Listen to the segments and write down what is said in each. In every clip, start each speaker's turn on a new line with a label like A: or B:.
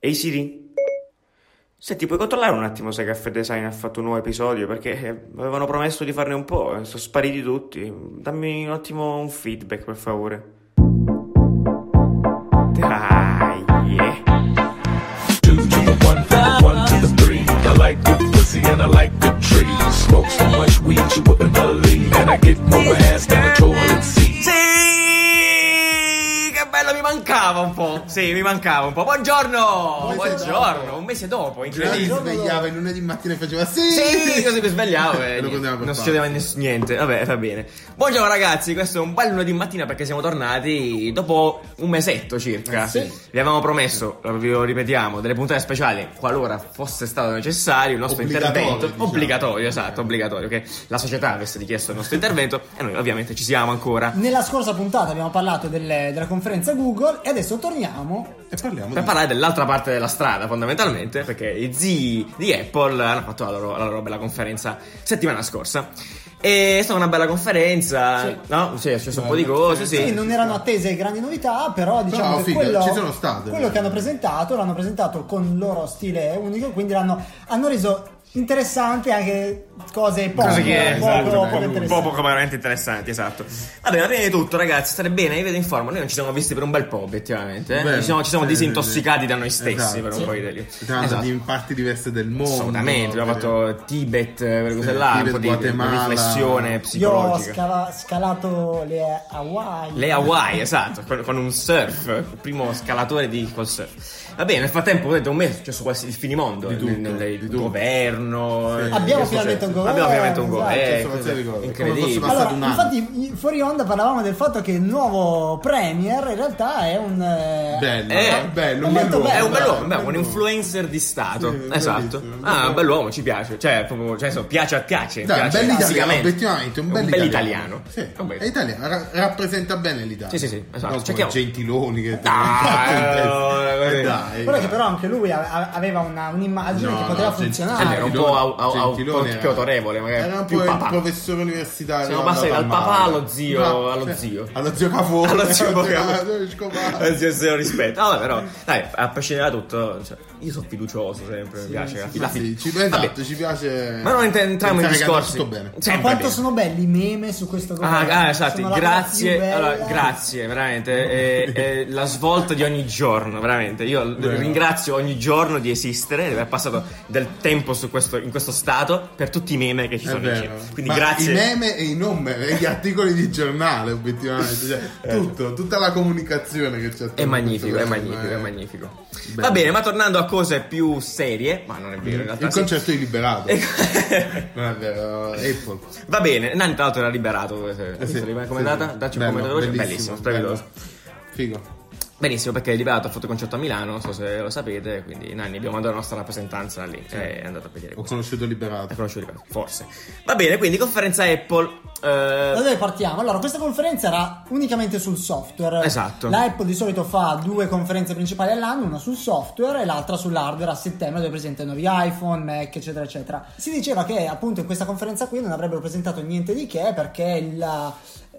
A: Ehi Siri, senti, puoi controllare un attimo se Caffè Design ha fatto un nuovo episodio? Perché eh, avevano promesso di farne un po', eh, sono spariti tutti. Dammi un attimo un feedback, per favore. Dai, eh.
B: two to the one, from the one to the three. I like good pussy and I like good trees. Smoke so much weed you wouldn't believe, and I get more ass than a toilet seat.
C: Sì, che bello, mi mancava un po'. Sì, mi mancava un po'. Buongiorno, buongiorno.
D: dopo.
C: Un mese dopo,
D: Gerardo si
C: incredibile.
D: svegliava il lunedì mattina e faceva sì,
C: Sì, così mi svegliavo
D: E
C: e
D: lo
C: niente,
D: continuava per
C: non
D: fare.
C: succedeva ness- niente. Vabbè, va bene. Buongiorno ragazzi, questo è un bel lunedì mattina perché siamo tornati dopo un mesetto circa.
D: Sì.
C: Vi avevamo promesso, ve lo ripetiamo, delle puntate speciali qualora fosse stato necessario il nostro
D: Obbligatorio,
C: intervento.
D: diciamo.
C: Obbligatorio, esatto, obbligatorio, che la società avesse richiesto il nostro intervento e noi ovviamente ci siamo ancora.
E: Nella scorsa puntata abbiamo parlato delle- della conferenza Google e adesso torniamo.
D: E parliamo
C: Per
D: di-
C: parlare dell'altra parte della strada, fondamentalmente, perché i zii di Apple hanno fatto la loro, la loro bella conferenza settimana scorsa. E è stata una bella conferenza,
E: Sì.
C: no? Sì, è successo un po' di
D: Bella
C: cose, sì.
E: Sì, non erano attese grandi novità, però diciamo
D: Però,
E: che
D: figa,
E: quello,
D: ci sono state. eh.
E: quello che hanno presentato l'hanno presentato con il loro stile unico, quindi l'hanno, hanno reso interessante anche cose poco,
C: Cose che
E: poco,
D: esatto, un
E: poco
D: po'
C: un po'
E: interessanti.
C: poco veramente interessanti, esatto. Va bene, prima di tutto, ragazzi, stare bene, vi vedo in forma. Noi non ci siamo visti per un bel po', obiettivamente. eh.
D: Vero.
C: Ci siamo, ci siamo
D: Sì,
C: disintossicati
D: sì,
C: da noi stessi
D: esatto.
C: per un
D: Sì.
C: po' di lì.
D: Tra l'altro di parti diverse del mondo.
C: Esatto. Assolutamente, abbiamo fatto Tibet, eh, quelle cose
D: Sì,
C: là, un
D: Tibet,
C: po' di
D: Guatemala.
C: riflessione
E: Io ho
C: psicologica.
E: scala- scalato le Hawaii.
C: Le Hawaii, esatto, con, con un surf, il primo scalatore di col surf. Va bene, nel frattempo, come detto, un mese è successo quasi il finimondo,
D: Di tutto,
C: nel- nel-
D: di
C: il
D: tutto.
C: governo.
D: Sì.
C: eh,
E: Abbiamo
C: questo
E: finalmente
C: c'è.
E: un governo,
C: Abbiamo finalmente un
E: esatto.
C: governo. Eh,
D: Sono state cose.
C: incredibile. Eh,
D: Come fosse
E: Allora,
D: passato un anno.
E: infatti, fuori onda parlavamo del fatto che il nuovo Premier in realtà è un. eh,
D: Bello,
C: Eh,
D: bello,
E: è
C: È
E: molto
C: un
E: bello.
C: bell'uomo, beh, un influencer di Stato.
D: Sì,
C: esatto. Ah,
D: bellissimo,
C: un
D: bellissimo.
C: bell'uomo, ci piace. Cioè, proprio, cioè, so, piace a piace.
D: Dai, un
C: piace
D: bel italiano,
C: fisicamente.
D: obiettivamente, un bel
C: italiano.
D: Sì,
C: Un bel-
D: è italiano, ra- rappresenta bene l'Italia.
C: Sì, sì, sì, esatto.
D: No, come
C: Cerchiamo-
D: Gentiloni che
C: Dai,
D: Eh,
C: eh,
D: dai.
E: Quello che però anche lui ave- aveva una- un'immagine
D: No,
E: che
D: no,
E: poteva
D: Gen-
E: funzionare.
C: È vero, un po' au- au- au-
D: Gentiloni
C: più
D: era-
C: autorevole, magari,
D: Era un
C: Eh, più
D: po' il
C: papà.
D: professore universitario.
C: Siamo passati
D: andato
C: dal
D: al
C: papà
D: mare.
C: allo zio-
D: Ma-
C: allo
D: eh,
C: zio.
D: Allo zio Cavour.
C: Allo zio Cavour.
D: Escobar.
C: Eh, sì, se lo rispetto. No, vabbè, però, dai, a prescindere da tutto, cioè, io sono fiducioso sempre, mi piace. la
D: Ma
C: fida-
D: sì, ci,
C: Vabbè,
D: esatto, ci piace.
C: Ma non ent- entriamo in
D: pensare che andrà
C: discorsi.
D: tutto bene.
E: Ma
C: Sempre
E: quanto
C: bene.
E: sono belli i meme su questo
C: Ah,
E: governo?
C: ah, esatto,
E: Sono la cosa
C: grazie,
E: più
C: allora,
E: bella.
C: grazie, veramente, è, è la svolta di ogni giorno, veramente, io l-
D: Vero.
C: ringrazio ogni giorno di esistere, di aver passato del tempo su questo- in questo stato per tutti i meme che ci
D: È
C: sono in
D: vero.
C: giro, quindi
D: Ma
C: grazie.
D: I meme e i non meme, e gli articoli di giornale, obiettivamente. Cioè, tutto, tutta la comunicazione che c'è attorno
C: Eh, È magnifico,
D: a
C: è
D: questo
C: magnifico,
D: governo,
C: è
D: eh.
C: magnifico.
D: Bello.
C: Va bene, ma tornando a cose più serie, ma non è vero in realtà.
D: Il
C: sì. Ecco.
D: concerto di liberato. non è vero, eh, Apple.
C: Va bene, Nani tra l'altro era liberato. eh,
D: Eh sì,
C: visto, come è
D: sì,
C: andata?
D: sì.
C: Dacci un
D: Bello,
C: commento veloce, bellissimo, strepitoso.
D: bello. Figo.
C: Benissimo, perché Liberato ha fatto il concerto a Milano, non so se lo sapete, quindi Nanni abbiamo mandato la nostra rappresentanza lì, eh, è andato a vedere.
D: Ho
C: questo.
D: conosciuto
C: Ha
D: liberato.
C: conosciuto Liberato, forse. Va bene, quindi conferenza Apple. eh,
E: Da dove partiamo? Allora, questa conferenza era unicamente sul software.
C: Esatto.
E: La Apple di solito fa due conferenze principali all'anno, una sul software e l'altra sull'hardware a settembre dove presenta i nuovi iPhone, Mac, eccetera, eccetera. Si diceva che appunto in questa conferenza qui non avrebbero presentato niente di che perché il-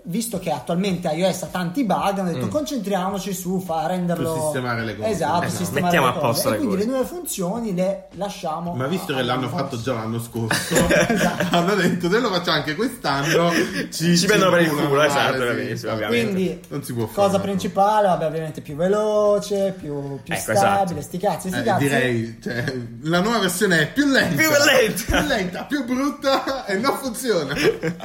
E: Visto che attualmente iOS ha tanti bug, hanno
C: Mm.
E: detto concentriamoci su fa- renderlo.
D: Su sistemare le cose.
E: Esatto,
D: Esatto.
E: sistemare
C: Mettiamo
E: le
C: a
E: cose.
C: posto
E: E
C: le
E: quindi
C: cose.
E: le nuove funzioni le lasciamo.
D: Ma visto
E: a-
D: che l'hanno
E: a-
D: fatto già l'anno scorso, Esatto. hanno detto noi lo facciamo anche quest'anno.
C: Ci prendono per il
D: culano,
C: culo,
D: male,
C: esatto,
D: sì,
C: veramente,
D: esatto.
C: ovviamente.
E: Quindi,
D: Non si può fare,
E: cosa
D: no.
E: principale, vabbè, ovviamente più veloce, più, più
C: Ecco,
E: stabile,
C: esatto.
E: sti cazzi, sti
D: Eh,
E: cazzi.
D: direi, cioè, la nuova versione è più lenta,
C: Più lenta.
D: più, lenta, più brutta e non funziona.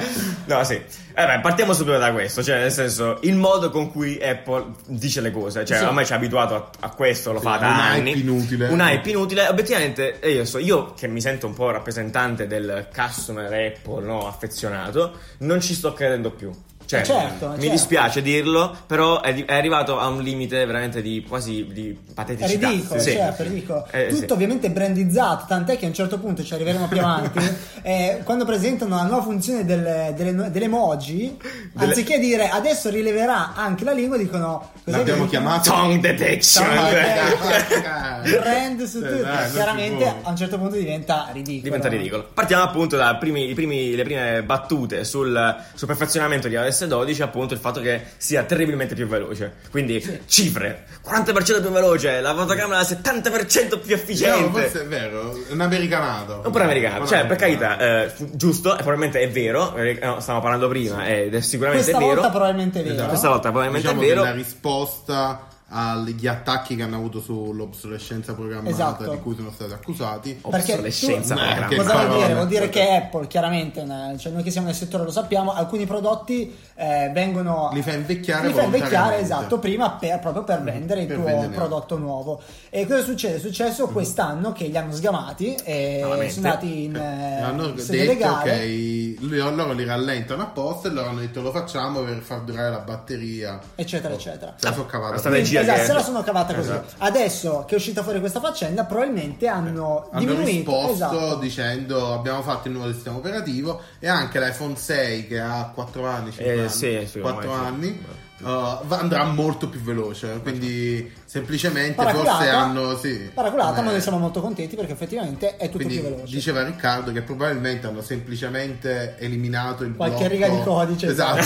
C: No, sì. Eh beh, partiamo subito da questo, cioè nel senso il modo con cui Apple dice le cose, cioè
E: Sì.
C: ormai ci ha abituato a, a questo, lo fa
D: Sì,
C: da
D: un hype
C: anni.
D: inutile.
C: Un hype inutile. Obiettivamente eh, io, so, io che mi sento un po' rappresentante del customer Apple, no, affezionato, non ci sto credendo più. Cioè,
E: Eh, certo,
C: mi
E: certo.
C: dispiace dirlo, però è, di- è arrivato a un limite veramente di quasi di
E: È
C: pateticità.
E: ridicolo,
C: Sì.
E: certo, è ridicolo.
C: Eh, sì.
E: Tutto ovviamente brandizzato, tant'è che a un certo punto ci arriveremo più avanti. eh, quando presentano la nuova funzione del- delle, no- delle emoji,
C: Delle-
E: anziché dire adesso rileverà anche la lingua, dicono cos'è
D: L'abbiamo
E: che-
D: chiamato. Eh,
C: Tongue detection.
E: Tongue detection. brand
D: Brand
E: su tutto. Chiaramente a un certo punto diventa ridicolo.
C: Diventa ridicolo. Partiamo appunto dalle primi, i primi- le prime battute sul, sul perfezionamento di iOS S12 appunto il fatto che sia terribilmente più veloce. Quindi cifre, 40% più veloce, la fotocamera 70% più
D: Però
C: efficiente.
D: forse è vero, è un americanato.
C: Un po' americano, cioè per carità, eh, fu- giusto, e probabilmente è vero, eh, no, stavamo parlando prima, eh, ed è sicuramente
E: Questa
C: vero.
E: volta probabilmente è vero.
C: Questa volta probabilmente
D: diciamo
C: è vero.
D: che la risposta agli attacchi che hanno avuto sull'obsolescenza programmata
E: Esatto.
D: di cui sono stati accusati.
E: Perché
C: Obsolescenza
E: tu-
D: programmata.
E: cosa
D: Che
E: vuol dire?
D: parole.
E: Vuol dire che Apple, chiaramente, una- cioè noi che siamo nel settore lo sappiamo, alcuni prodotti eh, vengono...
D: Li fa invecchiare
E: Li fa invecchiare,
D: volontariamente. Mm-hmm.
E: esatto, prima per- proprio per vendere il
D: per
E: tuo
D: vendere. Mm-hmm.
E: prodotto nuovo. E cosa succede? È successo quest'anno che li hanno sgamati e
C: Nuovamente.
E: sono andati in... eh,
D: Cioè, hanno
E: sede
D: detto
E: legale.
D: ok, lui- loro li rallentano apposta e loro hanno detto lo facciamo per far durare la batteria. Oh.
E: Eccetera, eccetera.
D: La so cavata.
C: La strategia
E: Esatto,
C: che-
E: se la sono cavata così.
D: Esatto.
E: Adesso che è uscita fuori questa faccenda, probabilmente hanno,
D: Eh, hanno
E: diminuito.
D: risposto
E: esatto.
D: dicendo abbiamo fatto il nuovo sistema operativo e anche l'iPhone 6 che ha 4 anni, 5
C: Eh,
D: anni,
C: sì, sì,
D: 4
C: ormai sì.
D: anni uh, va- andrà molto più veloce quindi semplicemente
E: Paraculata,
D: forse hanno sì,
E: paraculata,
D: eh,
E: ma noi siamo molto contenti perché effettivamente è tutto
D: quindi
E: più veloce.
D: diceva Riccardo che probabilmente hanno semplicemente eliminato il
E: Qualche
D: blocco-
E: riga di codice.
D: esatto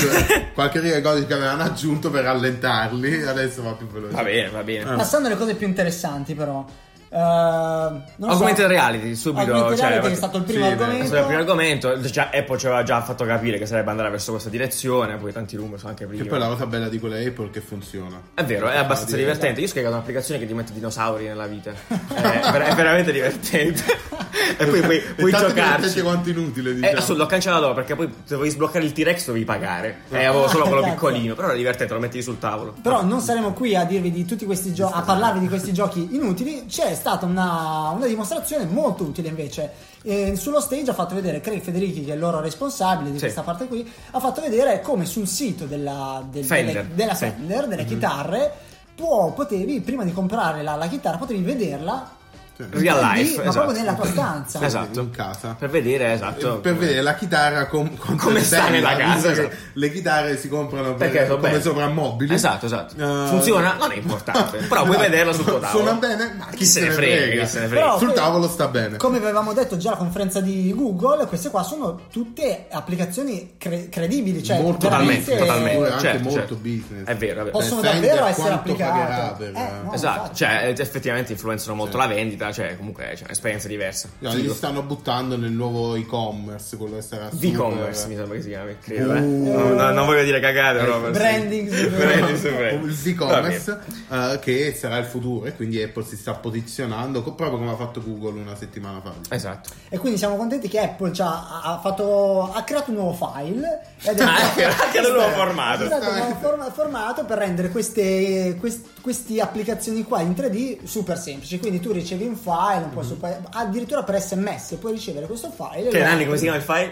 D: qualche riga di codice che avevano aggiunto per rallentarli adesso va più veloce
C: Va bene, va bene.
E: Passando alle cose più interessanti, però. eh, non lo so.
C: Augmented reality, subito,
E: Augmented
C: cioè,
E: reality che è
C: perché-
E: stato il primo
D: sì,
E: argomento.
C: Questo è il primo argomento, già Apple ci aveva già fatto capire che sarebbe andare verso questa direzione, poi tanti rumor sono anche prima.
D: che poi la cosa bella di quella Apple è che funziona
C: È vero, è abbastanza
D: Sì. esatto.
C: divertente. Io ho scaricato un'applicazione che ti mette dinosauri nella vita. È, ver- è veramente divertente. e poi puoi,
D: E
C: puoi
D: tanto divertente
C: giocarci.
D: quanto inutile
C: Eh,
D: diciamo.
C: assurdo, l'ho cancellato dopo, perché poi se dovevi sbloccare il T-Rex dovevi pagare.
D: Eh.
C: E avevo solo quello
E: cazzo.
C: piccolino, però era divertente, lo metti sul tavolo.
E: Esatto. Però non saremo qui a dirvi di tutti questi giochi, a parlarvi di questi giochi inutili. C'è stata una, una dimostrazione molto utile invece. Eh, sullo stage ha fatto vedere Craig Federici, che è il loro responsabile di
C: Sì.
E: questa parte qui, ha fatto vedere come sul sito della, del-
C: Fender.
E: delle, della
C: Sì. Mm-hmm.
E: Fender, delle chitarre, tu potevi, prima di comprare la, la chitarra, potevi vederla. in
C: Real
E: 3D,
C: life,
E: ma
C: esatto.
E: proprio nella tua stanza.
C: Esatto.
D: in casa.
C: Per vedere,
D: Eh,
C: esatto.
D: per vedere la chitarra com- quanto
C: Come
D: è
C: sta
D: bella,
C: nella
D: visto
C: casa,
D: che
C: esatto.
D: le chitarre si comprano per-
C: Perché sono
D: Eh, come
C: belle.
D: sovrammobili
C: Esatto, esatto.
D: Eh,
C: Funziona? Non è importante. Però puoi
D: esatto.
C: vederla sul tuo tavolo.
D: suona bene ma
C: Chi se ne frega, chi se ne frega.
E: Però-
D: sul
E: que-
D: tavolo sta
C: Eh.
D: bene
E: Come avevamo detto già alla conferenza di Google, queste qua sono tutte applicazioni cre- credibili, cioè
D: Molto-
E: veramente-
C: Totalmente, totalmente.
D: Pure anche
C: certo,
D: molto
C: certo.
D: business.
C: È vero, è vero.
E: Possono
D: Fender
E: davvero essere
D: quanto pagherà
E: applicate.
D: per-
E: Eh, no,
C: Esatto,
E: infatti.
C: cioè eh, effettivamente influenzano molto la vendita, cioè comunque c'è un'esperienza diversa.
D: No, li stanno buttando nel nuovo e-commerce quello che sarà super-
C: V-commerce mi sembra che si chiami, credo.
D: Uh. Eh,
C: eh. No, no, non voglio dire cagate, però. sì.
E: branding, sì.
C: Branding, sì, branding.
D: il e-commerce eh, che sarà il futuro e quindi Apple si sta posizionando co- proprio come ha fatto Google una settimana fa
C: Vabbè. Esatto.
E: E quindi siamo contenti che Apple ci ha, ha fatto, ha creato un nuovo file. e ha detto-
C: Ah, è vero, anche un nuovo
E: Ha
C: formato.
E: creato un nuovo form- formato per rendere queste, quest- queste applicazioni qua in 3D super semplici. Quindi tu ricevi un file,
C: Mhm.
E: un po' super- addirittura per sms puoi ricevere questo file.
C: Che
E: lo-
C: Nanni, come si chiama il file?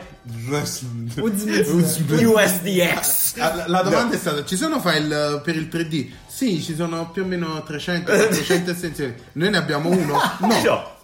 E: Uzmith.
C: USDX.
D: Ah, La, la domanda è stata: ci sono file eh, per il 3D? Sì, ci sono più o meno 300-400 estensioni. Noi ne abbiamo uno? No,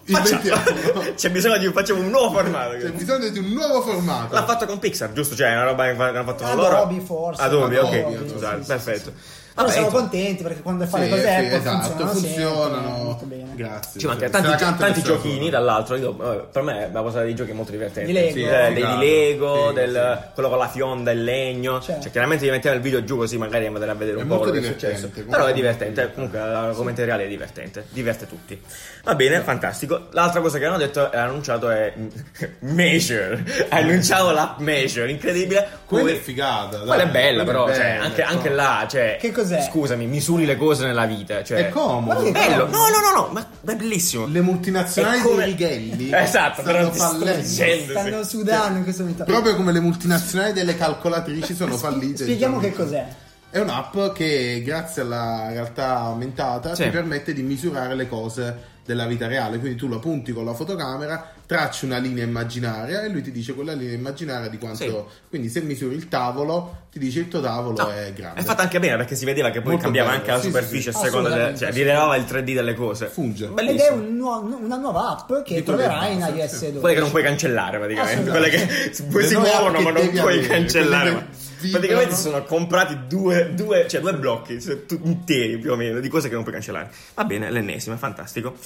C: No,
D: inventiamo.
C: facciamo- C'è bisogno di facciamo un nuovo formato.
D: C'è bisogno di un nuovo formato.
C: L'ha fatto con Pixar, giusto? Cioè, è una roba che fa- hanno fatto
E: Adobe,
C: loro.
E: forse.
C: Adobe,
D: Adobe,
C: ok.
D: Adobe,
C: Scusate,
E: sì, sì,
C: perfetto.
E: Però
C: Vabbè, ecco.
E: siamo
C: insomma.
E: contenti perché quando fai
D: Sì,
E: le cose
D: sì,
E: Apple
D: esatto,
E: funzionano, sempre,
D: funzionano.
E: molto bene.
D: Grazie.
C: Ci manca
D: Se la
C: tanti,
D: canta
C: tanti
D: questa
C: giochini
D: cosa.
C: dall'altro. Io, eh, per me la cosa dei giochi è molto divertente.
E: Di Lego.
C: Sì,
E: Sì,
C: eh, dei
D: sì,
C: di Lego,
D: esatto. sì,
C: del, quello con la fionda, il legno.
E: Certo.
C: Cioè, chiaramente gli mettiamo il video giù così magari andiamo a vedere un
D: È
C: po'
D: molto
C: quello che è
D: divertente,
C: successo.
D: comunque.
C: Però è divertente, eh, comunque l'argomento reale è divertente, diverte tutti. Va bene, fantastico. L'altra cosa che hanno detto e annunciato è Measure. Annunciavo l'app Measure, incredibile.
D: Quella
C: Cui-
D: è figata. dai.
C: quella è bella,
D: Quella
C: però,
D: è
C: cioè,
D: bella,
C: anche,
D: no.
C: anche là, cioè,
E: Che cos'è?
C: Scusami, misuri le cose nella vita, cioè,
D: È comodo.
E: Guarda che
C: bello. No, no, no, no, ma ma è bellissimo.
D: Le multinazionali
C: È come-
D: dei righelli
C: Esatto, però
D: stanno
C: ti
D: fallendo.
C: distruggendo.
E: Stanno sudando in questo momento.
D: Proprio come le multinazionali delle calcolatrici sono fallite.
E: Spieghiamo
D: diciamo.
E: che cos'è.
D: È un'app che grazie alla realtà aumentata
C: Sì.
D: ti permette di misurare le cose della vita reale, quindi tu la punti con la fotocamera, tracci una linea immaginaria e lui ti dice quella linea immaginaria di quanto... Quindi se misuri il tavolo, ti dice il tuo tavolo
C: No,
D: è grande.
C: fatta anche bene perché si vedeva che poi
D: Molto
C: cambiava
D: bello,
C: anche la
D: sì,
C: superficie
E: sì,
C: a
E: sì.
C: seconda del,
E: Assolutamente,
C: cioè rilevava il 3D delle cose.
D: Funge.
E: Ed è
C: Bellissimo.
E: un nuo- una nuova app che
D: Di
E: troverai in
D: quelle-
E: iOS 12.
C: Quelle che non puoi cancellare praticamente, quelle che si
D: Le
C: si
D: nuove
C: muovono
D: app
C: ma
D: che
C: non
D: devi
C: puoi
D: avere,
C: cancellare.
D: quelle che
C: Praticamente
D: vibrano.
C: si sono comprati due, due- cioè due blocchi cioè, tu- interi più o meno di cose che non puoi cancellare. Va bene, l'ennesima, fantastico.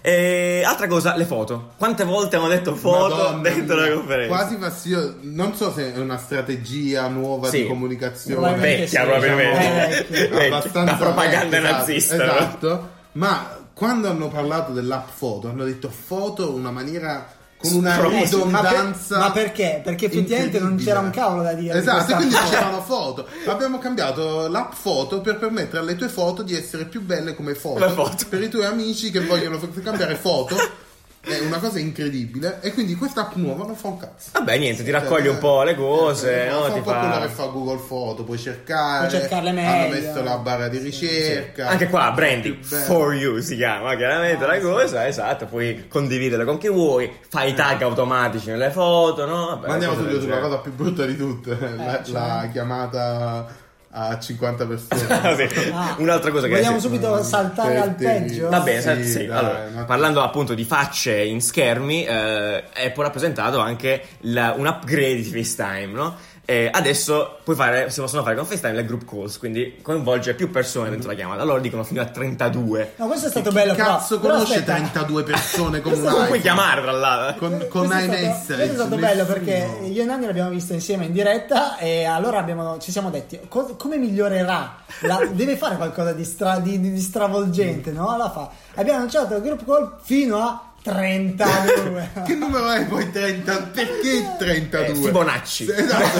C: E altra cosa, le foto. Quante volte hanno detto foto
D: Madonna
C: dentro
D: mia.
C: la conferenza?
D: Quasi fastidioso. Non so se è una strategia nuova
C: Sì.
D: di comunicazione.
E: Probabilmente
C: Vecchia
E: sì,
C: probabilmente.
E: diciamo, eh,
C: Vecchia.
D: abbastanza
C: Una propaganda
D: esatto,
C: nazista.
D: Esatto. Ma quando hanno parlato dell'app foto, hanno detto foto in una maniera con una
C: Sproposito.
E: Ma, per-
D: ridondanza.
E: ma perché? Perché effettivamente non
D: incredibile.
E: c'era un cavolo da dire. di
D: Esatto, e
E: questa
D: quindi
E: foto.
D: c'erano foto. Abbiamo cambiato l'app foto per permettere alle tue foto di essere più belle come foto,
C: La foto.
D: per i tuoi amici che vogliono f- cambiare foto. È una cosa incredibile. E quindi questa app nuova non fa un cazzo.
C: Vabbè, niente, ti raccoglie un po' le cose,
D: Cioè, Eh,
C: no?
D: fa
C: Ti
D: un po' quello che
C: fa...
D: fa Google Foto, puoi cercare.
E: Puoi cercarle
D: Hanno
E: meglio.
D: messo la barra di ricerca.
C: Anche qua, branding
D: Beh.
C: for you Eh, si chiama chiaramente
E: Ah,
C: la
E: sì.
C: cosa, esatto, puoi condividerla con chi vuoi, fai i tag automatici nelle foto, no? Vabbè,
D: Eh. Ma andiamo
C: cose del
D: subito sulla
C: genere.
D: cosa più brutta di tutte, la,
E: cioè.
D: la chiamata a 50 persone.
C: Ah, sì.
E: Ah.
C: Un'altra cosa che
E: Vogliamo
C: sì.
E: subito saltare al
D: Aspetti.
E: peggio?
C: Va bene, sa-
D: Sì,
C: sì,
D: dai,
C: allora,
D: ma-
C: parlando appunto di facce in schermi, eh, Apple ha presentato anche la- un upgrade di FaceTime, no? Eh, adesso puoi fare, si possono fare con FaceTime le group calls, quindi coinvolge più persone dentro la chiamata. Allora dicono fino a 32.
E: No, questo è stato bello. però-
D: Cazzo,
E: però
D: conosce
E: aspetta.
D: 32 persone con un
E: Questo
C: Non
D: iPhone.
C: puoi eh, chiamare tra l'altro.
D: Con, con
E: questo è stato-
D: iMessage.
E: questo è stato bello
D: nessuno.
E: perché io e Nanni l'abbiamo visto insieme in diretta e allora abbiamo- ci siamo detti "Co- come migliorerà? La- deve fare qualcosa di, stra- di- di stravolgente, no? Allora fa. Abbiamo lanciato il group call fino a 32.
D: Che numero è poi 30? Perché
C: Eh,
D: 32?
C: Fibonacci.
D: Se, esatto.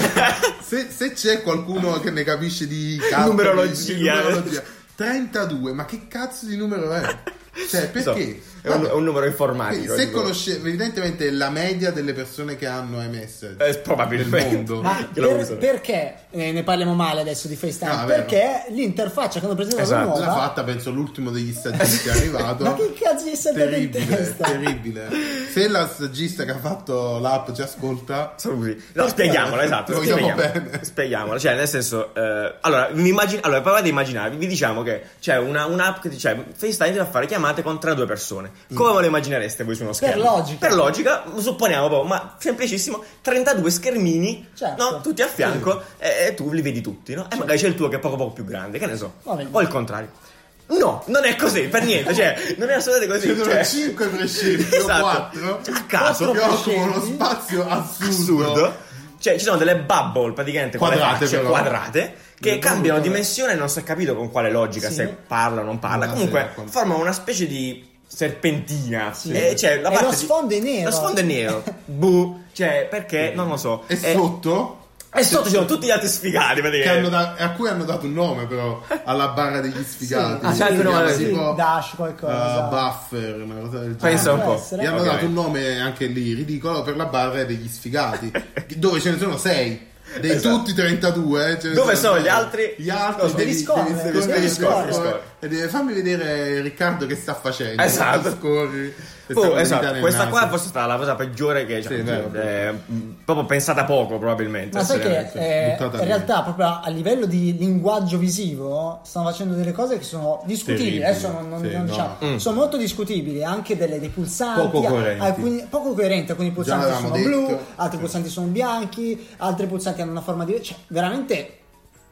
D: se, se c'è qualcuno che ne capisce di calcoli,
C: Numerologia.
D: di numerologia, 32, ma che cazzo di numero è? Cioè,
C: Non so,
D: perché?
C: è, un,
D: Vabbè,
C: è un numero
D: quindi
C: informatico.
D: se
C: tipo.
D: conosce, evidentemente è la media delle persone che hanno iMessage.
C: Eh, probabilmente.
D: Del mondo.
E: Ma
C: Che lo
E: per-
C: usano.
E: perché eh, ne parliamo male adesso di FaceTime?
D: Ah, vero.
E: perché l'interfaccia quando presentano
C: Esatto.
E: nuova
D: L'ha fatta, penso, l'ultimo degli stagisti che è arrivato.
E: Ma che cazzo gli è saltato in
D: Terribile,
E: testa?
D: terribile. Se la stagista che ha fatto l'app ci ascolta,
C: Saluti. No, spieghiamola, esatto.
D: Lo vogliamo
C: spieghiamola.
D: bene.
C: Spieghiamola, Cioè, nel senso, eh, allora, mi immagin- allora, provate a immaginarvi, vi diciamo che c'è una, un'app che dice FaceTime ti fa fare chiamate con tra due persone. Come ve lo immaginereste voi su uno schermo?
E: logica.
C: Per logica, supponiamo proprio, ma semplicissimo, 32 schermini,
E: Certo.
C: no? Tutti a fianco e, e tu li vedi tutti, no? E magari c'è il tuo che è poco poco più grande, che ne so.
E: Va bene.
C: O il contrario. No, non è così, per niente, cioè, non è assolutamente
D: ci
C: così.
D: sono
C: cioè.
D: 5 prescelti
C: Esatto.
D: o 4
C: A caso.
D: che occupano uno
E: prescelti.
D: spazio assurdo.
C: assurdo. Cioè, ci sono delle bubble praticamente con le
D: Quadrate,
C: facce
D: però.
C: quadrate che
D: Delle
C: cambiano
D: bubble.
C: dimensione e non si è capito con quale logica,
E: Sì.
C: se parla o non parla.
D: Una
C: Comunque,
D: sera, quando-
C: formano una specie di serpentina. E, cioè, la
E: E
C: parte
E: lo
C: di-
E: sfondo è nero.
C: Lo sfondo è nero. Buh. Cioè, perché? Non lo so. Eh,
D: E sotto
C: e sotto ci sono tutti gli altri sfigati
D: che hanno
C: praticamente.
D: da- a cui hanno dato un nome però alla barra degli sfigati
C: Ah, c'è anche
D: Si
C: un nome,
D: chiama
C: sì,
D: tipo,
E: Dash qualcosa.
D: eh, buffer una cosa del genere
C: Pensa
E: Ah,
C: un
E: può
C: po'.
E: essere.
D: gli hanno
C: Ok.
D: dato un nome anche lì ridicolo per la barra degli sfigati dove ce ne sono 6 dei
C: Esatto.
D: tutti 32 ce ne
C: Dove sono
D: sei.
C: gli altri?
D: gli altri
C: Non so,
D: devi,
E: devi scorrere,
D: devi-
E: devi
D: devi
C: scorrere,
D: scorrere.
C: scorrere.
D: E devi- fammi vedere eh, Riccardo che sta facendo
C: Esatto.
D: Tu scorri e
C: Oh,
D: sta con le dita
C: esatto,
D: nel
C: questa
D: naso.
C: qua forse è stata la cosa peggiore che
D: Sì, è vero.
C: eh, mh, proprio pensata poco probabilmente.
E: Ma sai che
C: seriamente.
E: eh,
D: buttata
E: in
D: via.
E: realtà proprio a livello di linguaggio visivo stanno facendo delle cose che sono discutibili,
D: Terribili,
E: adesso non, non-
D: sì,
E: non
D: no.
E: diciamo. sono molto discutibili, anche delle- dei pulsanti,
D: Poco
E: a-
D: coerenti.
E: alcuni, poco coerenti, alcuni pulsanti
D: l'avevamo
E: sono
D: detto.
E: blu, altri
D: Sì.
E: pulsanti sono bianchi, altri pulsanti hanno una forma diversa, cioè veramente,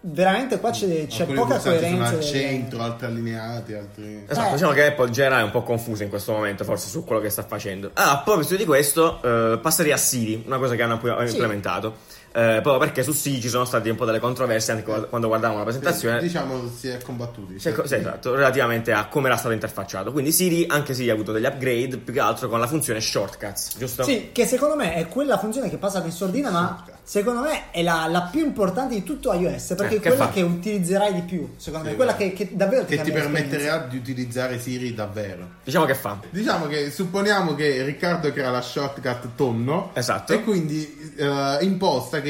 E: veramente qua c'è, c'è
D: Alcuni
E: poca
D: pulsanti sono
E: coerenza.
D: al
E: del-
D: centro altri allineati altri
C: Esatto,
E: Eh.
C: diciamo che Apple General è un po' confusa in questo momento, forse su quello che sta facendo. Ah, a proposito di questo, eh, passerei a Siri, una cosa che hanno pu-
E: Sì.
C: implementato. Eh, proprio perché su Siri ci sono state un po' delle controversie anche qua- quando guardavamo la presentazione.
D: diciamo si è combattuti
C: Sì, eh. co- sì, esatto, relativamente a come era stato interfacciato. Quindi Siri, anche se ha avuto degli upgrade, più che altro con la funzione shortcuts, giusto?
E: Sì, che secondo me è quella funzione che passa in sordina, ma secondo me è la, la più importante di tutto iOS, perché
C: Eh,
E: è
C: che
E: quella
C: fa?
E: che utilizzerai di più, secondo me,
D: Sì,
E: quella
D: vero.
E: che, che davvero ti
D: che ti
E: cambia l'esperienza.
D: permetterà di utilizzare Siri davvero.
C: Diciamo che fa.
D: Diciamo che supponiamo che Riccardo crea la shortcut tonno
C: Esatto.
D: e quindi eh, imposta che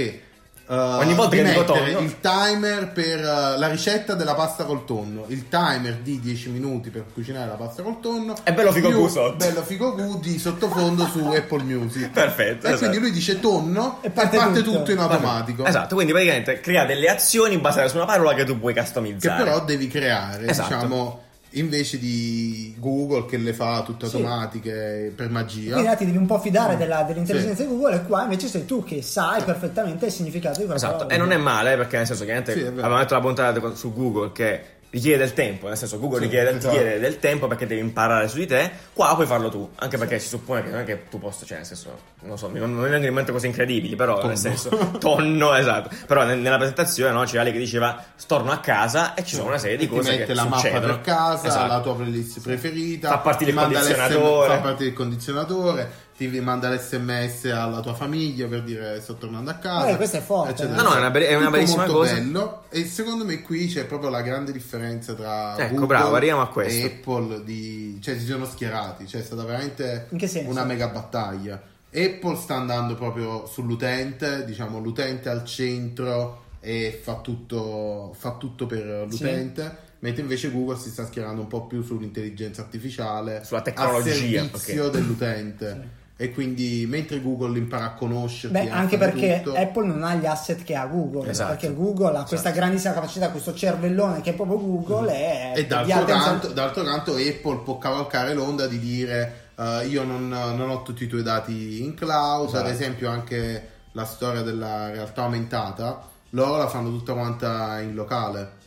D: eh,
C: Ogni volta
D: di
C: che dico
D: mettere
C: tonno-
D: il timer per eh, la ricetta della pasta col tonno, il timer di 10 minuti per cucinare la pasta col tonno
C: E bello figo
D: più
C: Gu sotto.
D: bello figo Gu di sottofondo su Apple Music.
C: Perfetto,
D: E
C: esatto.
D: quindi lui dice tonno
E: E
D: e
E: parte
D: parte,
E: tutto.
D: tutto. in automatico.
C: Esatto, quindi praticamente crea delle azioni basate su una parola che tu puoi
D: Che
C: customizzare.
D: però devi creare,
C: Esatto.
D: diciamo, invece di Google che le fa tutte automatiche per magia.
E: Quindi là ti devi un po' fidare della- dell'intelligenza
D: Mm. Sì.
E: di Google e qua invece sei tu che sai perfettamente il significato di quella
C: Esatto,
E: parola.
C: e non è male perché nel senso che
D: Sì, è vero.
C: abbiamo detto la puntata con- su Google che richiede del tempo, nel senso Google
D: Sì,
C: richiede,
D: esatto.
C: richiede del tempo perché devi imparare su di te, qua puoi farlo tu, anche perché si suppone che non è che tu possa, cioè nel senso, non so, non, non mi vengono in mente cose incredibili, però nel senso, tonno, esatto, però ne- nella presentazione no, c'era lei che diceva torno a casa e ci sono una serie di
D: ti
C: cose
D: mette
C: che
D: la mappa
C: succedono.
D: per casa,
C: Esatto.
D: la tua playlist preferita,
C: Fa partire
D: ti
C: il
D: manda l'S M-
C: condizionatore.
D: fa partire il condizionatore, ti vi- manda l'SMS alla tua famiglia per dire sto tornando a casa.
E: Eh, questo è forte.
D: eccetera,
E: No,
C: no, è una be- è una
D: Tutto
C: bellissima
D: molto
C: cosa.
D: bello e secondo me qui c'è proprio la grande differenza tra
C: Ecco,
D: Google
C: bravo, arriviamo a
D: e
C: questo.
D: Apple di- cioè si sono schierati, cioè è stata veramente
E: In che senso?
D: una mega battaglia. Apple sta andando proprio sull'utente, diciamo l'utente al centro e fa tutto, fa tutto per
E: Sì.
D: l'utente, mentre invece Google si sta schierando un po' più sull'intelligenza artificiale,
C: Sulla tecnologia,
D: al servizio dell'utente. E quindi mentre Google impara a conoscerti,
E: Beh,
D: a
E: anche
D: fare
E: perché
D: tutto, Esatto.
E: Apple non ha gli asset che ha Google,
C: Esatto.
E: perché Google ha questa grandissima capacità, questo cervellone che è proprio Google e,
D: Mm. E
E: di
D: d'altro
E: attenzione-
D: canto, d'altro canto Apple può cavalcare l'onda di dire eh, io non, non ho tutti i tuoi dati in cloud,
E: Esatto.
D: ad esempio anche la storia della realtà aumentata, loro la fanno tutta quanta in locale.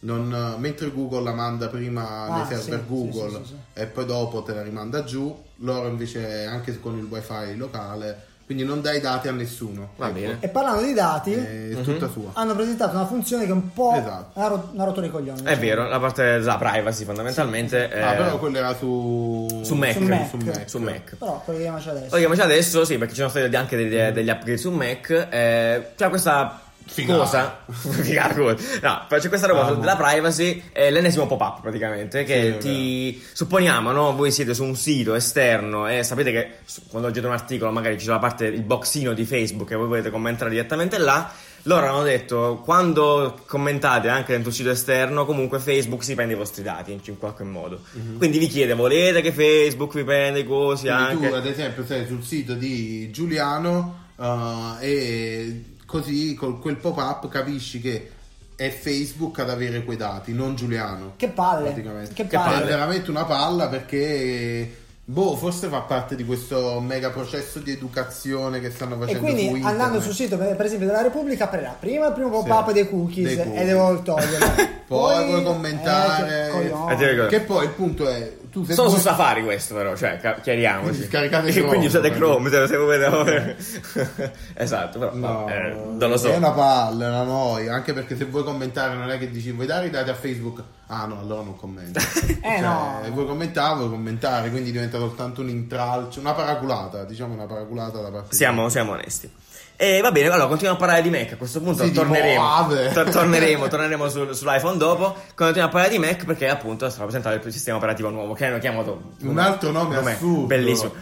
D: Non- mentre Google la manda prima
E: Ah,
D: nei server
E: sì,
D: Google
E: sì, sì, sì,
D: e poi dopo te la rimanda giù, loro invece anche con il wifi locale, quindi non dai dati a nessuno. Ecco.
C: Va bene. Mhm.
E: E parlando di dati,
D: È tutta sua.
E: hanno presentato una funzione che un po'
D: Eh. Esatto.
E: ha, ro- ha rotto i coglioni.
C: È vero, la parte della privacy fondamentalmente è
D: Ah, però quello era su,
C: Eh. su Mac,
E: Su Mac.
D: Su Mac.
C: Su Mac.
E: Però proviamoci adesso.
C: Poi invece adesso, sì, perché ci sono stati anche degli,
D: Mm.
C: degli upgrade su Mac, eh, c'è questa
D: Figata.
C: cosa, Figata cosa. no, però c'è questa roba
D: Amo.
C: della privacy, è l'ennesimo pop-up praticamente, che
D: Sì, è
C: ti... Supponiamo, no? Voi siete su un sito esterno e sapete che su- quando leggete un articolo magari c'è la parte, il boxino di Facebook e voi volete commentare direttamente là, loro hanno detto quando commentate anche nel tuo sito esterno comunque Facebook si prende i vostri dati in, in qualche modo quindi vi chiede volete che Facebook vi prenda i cosi
D: Mhm. Quindi
C: anche
D: tu ad esempio sei sul sito di Giuliano eh, e così con quel pop-up capisci che è Facebook ad avere quei dati, non Giuliano.
E: Che palle.
D: Praticamente.
E: Che
D: Che
E: palle.
D: È veramente una palla perché boh, forse fa parte di questo mega processo di educazione che stanno
E: E
D: facendo
E: quindi
D: su internet.
E: andando sul sito, per per esempio, della Repubblica, aprirà prima il primo pop-up
D: Sì,
E: dei cookies
D: dei cookies.
E: e devo toglierlo.
D: Poi
E: Poi-
D: puoi commentare.
E: eh, che coglione.
C: Eh, ti ricordo.
D: che poi il punto è tu sei
C: Sono su Safari questo però, cioè ca- chiariamoci.
D: Quindi scaricate Chrome,
C: Quindi usate
D: però.
C: Chrome, se se volete. esatto, però
D: No,
C: eh, non lo so.
D: È una palla, è una noia. Anche perché se vuoi commentare, non è che dici vuoi dare i dati a Facebook. Ah no, allora non commento. eh
E: no.
D: Vuoi commentare, vuoi commentare. Quindi diventa soltanto un intralcio, una paraculata. Diciamo una paraculata da parte
C: Siamo, siamo onesti. E va bene, allora continuiamo a parlare di Mac. A questo punto
D: Sì, di
C: torneremo.
D: Moave.
C: tor- torneremo, torneremo sul- sull'iPhone dopo. Continuiamo a parlare di Mac perché appunto sarà presentato il sistema operativo nuovo che hanno chiamato
D: Un altro nome
C: Com'è?
D: assurdo.
C: Bellissimo.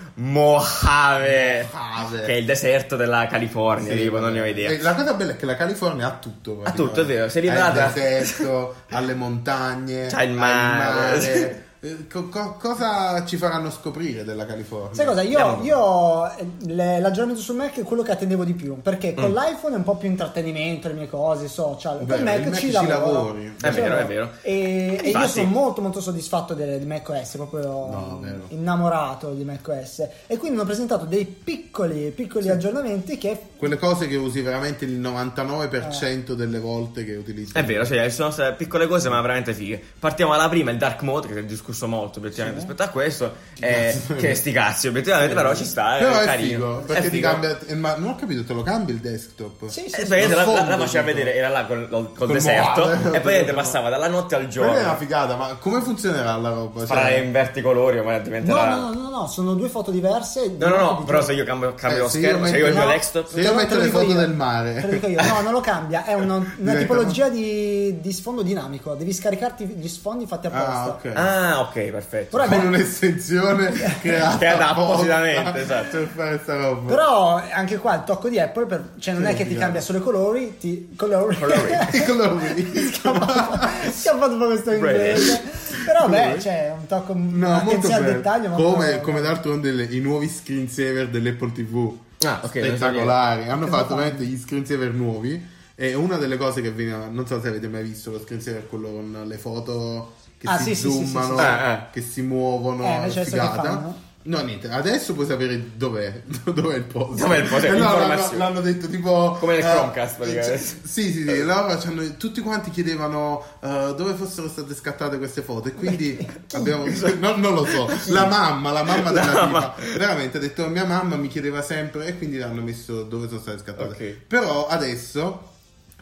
C: Mojave.
D: Mojave.
C: Che è il deserto della California,
D: Sì,
C: tipo, non ne ho
D: vabbè.
C: idea.
D: E Eh, la cosa bella è che la California ha tutto.
C: Ha tutto, è vero, si è liberata.
D: Al deserto, alle montagne,
C: C'ha il
D: al
C: mare.
D: mare. Eh, co- co- cosa ci faranno scoprire della California?
E: Sai cosa? Io,
C: Andiamo.
E: io, eh, le- l'aggiornamento su Mac è quello che attendevo di più. Perché
C: Mm.
E: con l'iPhone è un po' più intrattenimento, le mie cose, social. Con
D: Vero,
E: Mac,
D: il Mac
E: ci
D: ci
E: lavoro.
D: lavori.
C: È
E: Ci
C: vero,
E: lavoro.
C: è vero.
E: E, e io
C: Infatti.
E: sono molto molto soddisfatto del, di macOS, proprio
D: No, vero.
E: innamorato di macOS. E quindi hanno presentato dei piccoli, piccoli aggiornamenti che
D: Quelle cose che usi veramente il 99% delle volte che utilizzi.
C: È vero, cioè, ci sono state piccole cose, ma veramente fighe. Partiamo dalla prima, il Dark Mode, che si è discusso molto obiettivamente rispetto a questo. eh, che sti cazzi, obiettivamente, però ci sta.
D: Però è
C: Eh, carino.
D: figo, perché
C: È
D: ti
C: figo.
D: cambia... eh, ma non ho capito, te lo cambi il desktop?
E: Sì,
C: Eh,
E: sì, sì.
C: praticamente la,
D: lo
C: la, la
D: sfondo,
C: faceva
D: tipo.
C: vedere, era là col, col- col
D: Col
C: deserto.
D: mare.
C: e poi niente, passava dalla notte al
D: Quella è una
C: giorno.
D: figata, ma come funzionerà la roba?
C: Farà
D: Cioè,
C: in verticolori, ma
E: No,
C: diventerà.
E: no, no, no, no, sono due foto diverse.
C: No, no, no, però se io cambio, cambio
D: Eh,
C: lo
D: se
C: schermo,
D: io
C: se io ho il
D: metto-
C: mio
D: no.
C: desktop.
D: Se io metto
E: te lo
D: le
E: dico
D: foto
E: io.
D: del mare.
E: Te lo dico io. No, non lo cambia, è una, una
D: Diventa-
E: tipologia di, di sfondo dinamico. Devi scaricarti gli sfondi fatti apposta.
D: Ah, ok.
C: Ah, ok, perfetto.
E: Però, è
D: Con
E: bello.
D: un'estensione creata
C: Che adatta
D: apposta
C: appositamente, esatto.
D: Per fare sta roba.
E: però anche qua il tocco di Apple, per- cioè non
D: Sì,
E: è che ti
D: figata.
E: cambia solo i colori, ti colori.
C: Colori.
D: Eccolo qui.
E: si è fatto questo inglese. Però beh, c'è un tocco
D: No, molto
E: attenzione al
D: bello.
E: dettaglio. ma
D: come,
E: proprio-
D: come d'altronde le- i nuovi screensaver dell'Apple TV.
C: Ah, ok,
D: Spettacolari. Hanno
E: Cosa
D: fatto
E: fanno?
D: veramente gli screensaver nuovi. E una delle cose che veniva, non so se avete mai visto lo screensaver, quello con le foto che
E: Ah,
D: si
E: sì, sì, sì, sì,
D: zoomano,
C: sì, sì. Eh, eh.
D: che si muovono,
E: Eh, invece adesso che
D: figata.
E: fanno?
D: No, niente, adesso puoi sapere dov'è, dov'è il post.
C: Dov'è il post?
D: Eh, no, l'hanno,
C: Informazioni.
D: l'hanno detto tipo...
C: Come nel
D: eh,
C: Chromecast, praticamente.
D: eh, Sì, sì, sì, allora ci hanno- tutti quanti chiedevano eh, dove fossero state scattate queste foto e quindi abbiamo... no, non lo so, la mamma, la mamma della
C: La
D: tipa,
C: mamma.
D: veramente ha detto mia mamma mi chiedeva sempre e quindi l'hanno messo dove sono state scattate.
C: Ok.
D: Però adesso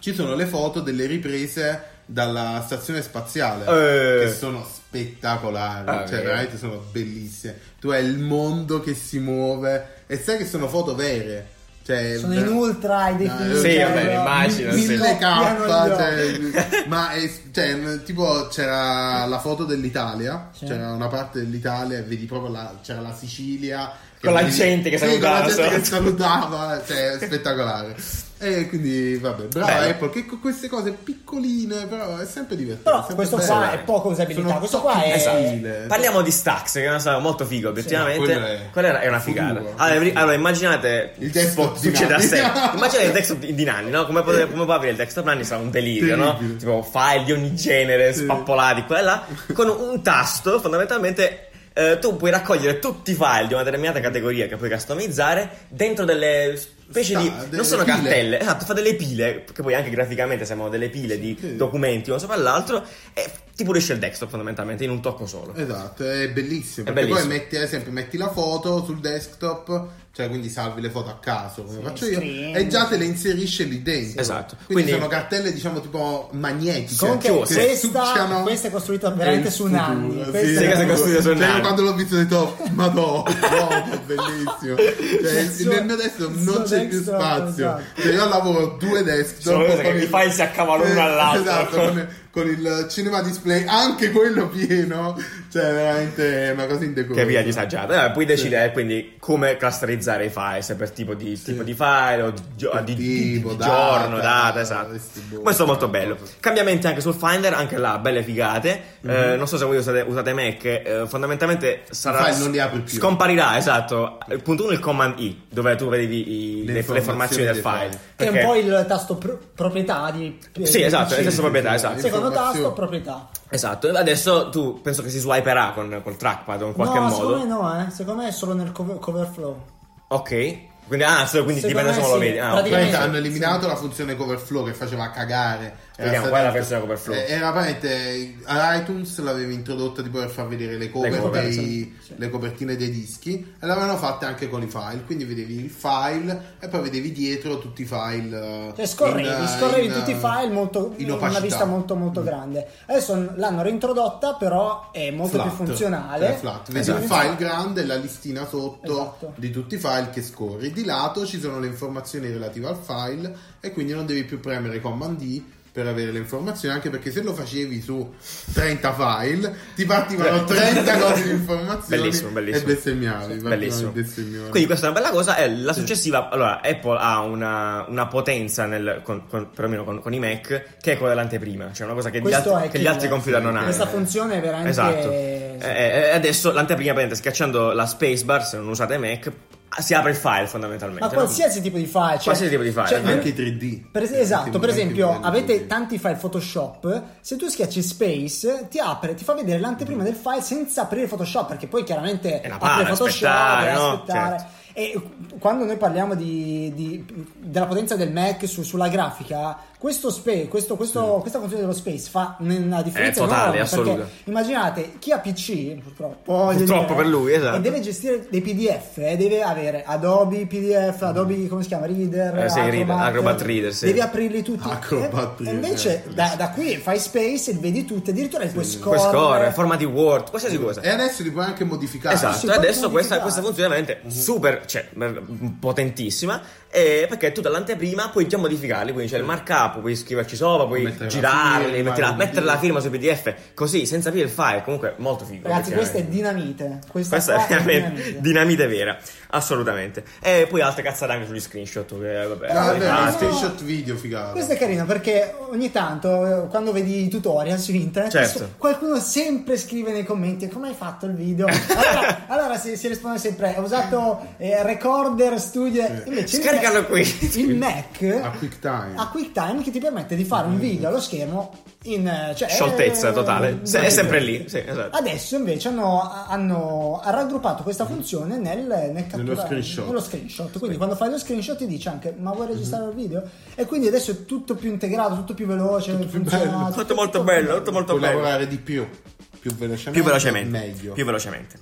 D: ci sono le foto delle riprese dalla stazione spaziale
C: Eh.
D: che sono spettacolari,
C: Ah,
D: cioè
C: vero.
D: veramente sono bellissime. Tu hai il mondo che si muove e sai che sono foto vere. Cioè,
E: Sono in ultra i defini,
D: Sì,
E: cioè,
D: vabbè,
E: no,
C: immagino,
E: mi-
C: sì.
E: mi
D: mille K,
E: copiano gli occhi.
D: cioè, ma è- cioè, n- tipo c'era la foto dell'Italia,
E: Sì.
D: c'era una parte dell'Italia e vedi proprio la, c'era la Sicilia che
C: Con la
D: vedi-
C: gente che
D: Sì,
C: salutava,
D: con la gente
C: so.
D: che salutava, cioè spettacolare. E quindi vabbè, brava
C: Bello.
D: Apple che con queste cose piccoline, però è sempre divertente.
E: Però
D: sempre
E: questo
D: bello.
E: qua è poco usabilità,
D: Sono
E: questo qua
D: tocchi
E: è-
D: di
E: Esatto.
D: stile.
C: Parliamo di Stax, che è una saga molto figa, obiettivamente.
D: quello è-
C: Quella era- è una
D: futuro.
C: figata. Allora, ri- allora, immaginate
D: Il desktop
C: spo-
D: di
C: succederà
D: Nanni.
C: sempre. Immaginate il desktop di Nanni, no? Come potrebbe, come può aprire il desktop Nanni sarà un delirio, no?
D: Terribile.
C: Tipo file di ogni genere, spappolati, qua e là, con un tasto fondamentalmente. eh, tu puoi raccogliere tutti i file di una determinata categoria che puoi customizzare dentro delle specie
D: Sta-
C: di.
D: delle
C: Non sono
D: pile.
C: cartelle, esatto, fa delle pile, che poi anche graficamente sembrano delle pile di
D: Sì.
C: documenti uno sopra l'altro, e ti pulisce il desktop fondamentalmente in un tocco solo.
D: Esatto, è bellissimo.
C: È
D: perché
C: bellissimo.
D: poi metti, ad esempio, metti la foto sul desktop, cioè quindi salvi le foto a caso, come faccio io,
E: screen.
D: e già te le inserisce lì dentro.
C: Esatto.
D: Quindi,
C: Quindi-
D: sono cartelle, diciamo, tipo magnetiche.
E: Comunque
D: che
E: questa-
D: succiano-
E: questa è costruita veramente
D: il
E: su un anno.
D: futuro,
E: Questa
C: è- Questa è costruita su un
D: Cioè, io
C: anno.
D: quando l'ho visto ho detto, madò, proprio bellissimo. Cioè,
E: Il
D: il-
E: suo-
D: nel mio desktop
E: il suo
D: non c'è più
E: desktop,
D: spazio.
E: esatto.
D: Cioè, io lavoro due
C: Sono
D: desktop.
C: cose
D: con
C: che
D: il-
C: i file si accavalano uno all'altro.
D: Esatto, con, con il cinema display, anche quello pieno, cioè veramente è una cosa indecorosa.
C: Che via disagiata. Eh, puoi decidere quindi come clusterizzare i file, se per tipo di, tipo di file o di, gio-
D: Per
C: di- di-
D: tipo,
C: di
D: data,
C: giorno, data, esatto.
D: questi boh,
C: Questo è molto
D: cose. Mhm.
C: bello. Cambiamenti anche sul Finder, anche là, belle figate. Eh, non so se voi usate, usate Mac, eh, fondamentalmente sarà...
D: file non li apri più.
C: Scomparirà, esatto. Il punto 1 il command I, dove tu vedevi i- le,
D: Le
C: le
D: informazioni
C: formazioni del
D: dei
C: file.
D: file.
E: Che è un
C: Perché-
E: po' il tasto pro- proprietà di
C: Sì,
E: di
C: esatto, è
E: PC.
C: la stessa proprietà, esatto.
E: Secondo tasto
D: Informazioni.
E: proprietà.
C: Esatto, adesso tu penso che si swiperà con col trackpad o in qualche
E: no,
C: modo.
E: secondo me no, eh. Secondo me è solo nel cover, cover flow.
C: Ok. Quindi, ah, solo- quindi
E: Secondo
C: dipende
E: me
C: se lo
E: sì,
C: vedi. Ah, ok.
E: praticamente-
D: Praticamente hanno eliminato la funzione cover flow che faceva cagare. Era
C: Vediamo,
D: stata-
C: qual è la versione cover flow?
D: Eh, Era veramente ad iTunes l'avevi introdotta tipo per far vedere le cover,
C: Le cover,
D: dei-
C: sì.
E: Sì.
D: le copertine dei dischi e l'avevano fatta anche con i file, quindi vedevi il file e poi vedevi dietro tutti i file. eh,
E: Cioè scorrevi,
D: in, eh,
E: scorrevi
D: in,
E: tutti i
D: eh,
E: file molto,
D: in
E: in una
D: opacità. Mm.
E: vista molto molto grande. Adesso l'hanno reintrodotta, però è molto
D: Flat.
E: più funzionale.
D: Cioè, flat. Vedi
C: Esatto.
D: il file grande e la listina sotto
E: Esatto.
D: di tutti i file che scorri. Di lato ci sono le informazioni relative al file e quindi non devi più premere command D per avere le informazioni, anche perché se lo facevi su 30 file ti partivano
E: Certo.
D: 30 cose di informazioni
C: Bellissimo, bellissimo.
D: e
C: Ah,
D: bestemmiavi. partivano
C: Bellissimo.
D: i bestemmioni.
C: Quindi questa è una bella cosa. E la successiva, allora, Apple ha una, una potenza nel, con, con- perlomeno con, con i Mac, che è quella dell'anteprima. Cioè, una cosa che, gli altri,
E: Questo è
C: che gli
E: killer,
C: altri computer
D: sì.
C: non hanno.
E: Questa funzione è veramente
C: Esatto.
E: sì.
C: E- e adesso l'anteprima, praticamente, schiacciando la spacebar, se non usate Mac, si apre il file fondamentalmente.
E: Ma
C: no?
E: qualsiasi tipo di file, cioè,
C: Qualsiasi tipo di file,
E: cioè,
C: anche
E: non-
D: anche i 3D.
E: Per es-
D: Anche
E: esatto,
D: molti
E: per esempio,
D: modelli
E: avete
D: 3D.
E: tanti file Photoshop, se tu schiacci Space ti apre, ti fa vedere l'anteprima del file senza aprire Photoshop, perché poi chiaramente
C: È una
E: apre
C: palla,
E: Photoshop,
C: aspettare,
E: devi
C: no?
E: aspettare.
C: Certo.
E: E quando noi parliamo di, di- della potenza del Mac su- sulla grafica, questo spa- questo- questo- questa funzione dello Space fa una differenza
C: È totale,
E: enorme,
C: assoluta.
E: perché immaginate chi ha PC, purtroppo, voglio
C: Purtroppo per lui, esatto.
E: e deve gestire dei PDF, eh, deve avere Adobe PDF,
C: Mm.
E: Adobe come si chiama? Reader,
C: Eh sì, Reader, Acrobat Reader, sì.
E: Devi aprirli tutti.
D: Acrobat
E: E- e
D: Reader,
E: invece
D: eh.
E: da, da qui fai space e vedi tutti, addirittura li puoi
C: Puoi
E: scorrere.
C: scorrere, formati Word, qualsiasi cosa.
D: E adesso li puoi anche modificare.
E: sì,
C: Esatto,
E: proprio
C: adesso questa,
E: modificati.
C: questa funzione è veramente super, cioè, m- potentissima, eh, perché tu dall'anteprima puoi già modificarli, quindi c'è il markup, puoi scriverci sopra, puoi
D: Mettere la
C: girarli,
D: firma,
C: mettere, la,
D: il
C: mettere la
D: video.
C: firma sui PDF, così, senza aprire il file, comunque molto figo.
E: Ragazzi, questa è
C: effettivamente.
E: dinamite. Questa,
C: Questa
E: qua
C: è veramente
E: dinamite.
C: dinamite vera, assolutamente. E poi altre cazzate anche sugli screenshot, che eh, vabbè,
D: No, vabbè,
E: Ah,
D: ma
E: no.
D: screenshot video figata.
E: Questo è carino perché ogni tanto eh, quando vedi i tutorial su internet
C: Certo.
E: s- qualcuno sempre scrive nei commenti come hai fatto il video. Allora, allora si, si risponde sempre ho usato eh, Recorder Studio invece il
C: Scaricalo
E: Mac-
C: qui.
E: il Mac
D: A QuickTime.
E: a QuickTime che ti permette di fare
D: Mm-hmm.
E: un video allo schermo in eh, cioè,
C: Scioltezza
E: eh,
C: totale. Se- è
E: eh,
C: sempre lì. Sì, esatto.
E: Adesso invece hanno, hanno raggruppato questa funzione nel, nel cattura-
D: Mm-hmm. Nello screenshot. Mm-hmm.
E: nello screenshot. Quindi quando fai lo screenshot ti dice anche ma vuoi registrare il video? E quindi adesso è tutto più integrato, tutto più veloce, funziona,
D: bello.
E: tutto-
C: Tutto molto bello, tutto molto
D: Puoi
C: bello.
D: lavorare di più, più velocemente.
C: Più velocemente.
D: Meglio.
C: Più velocemente.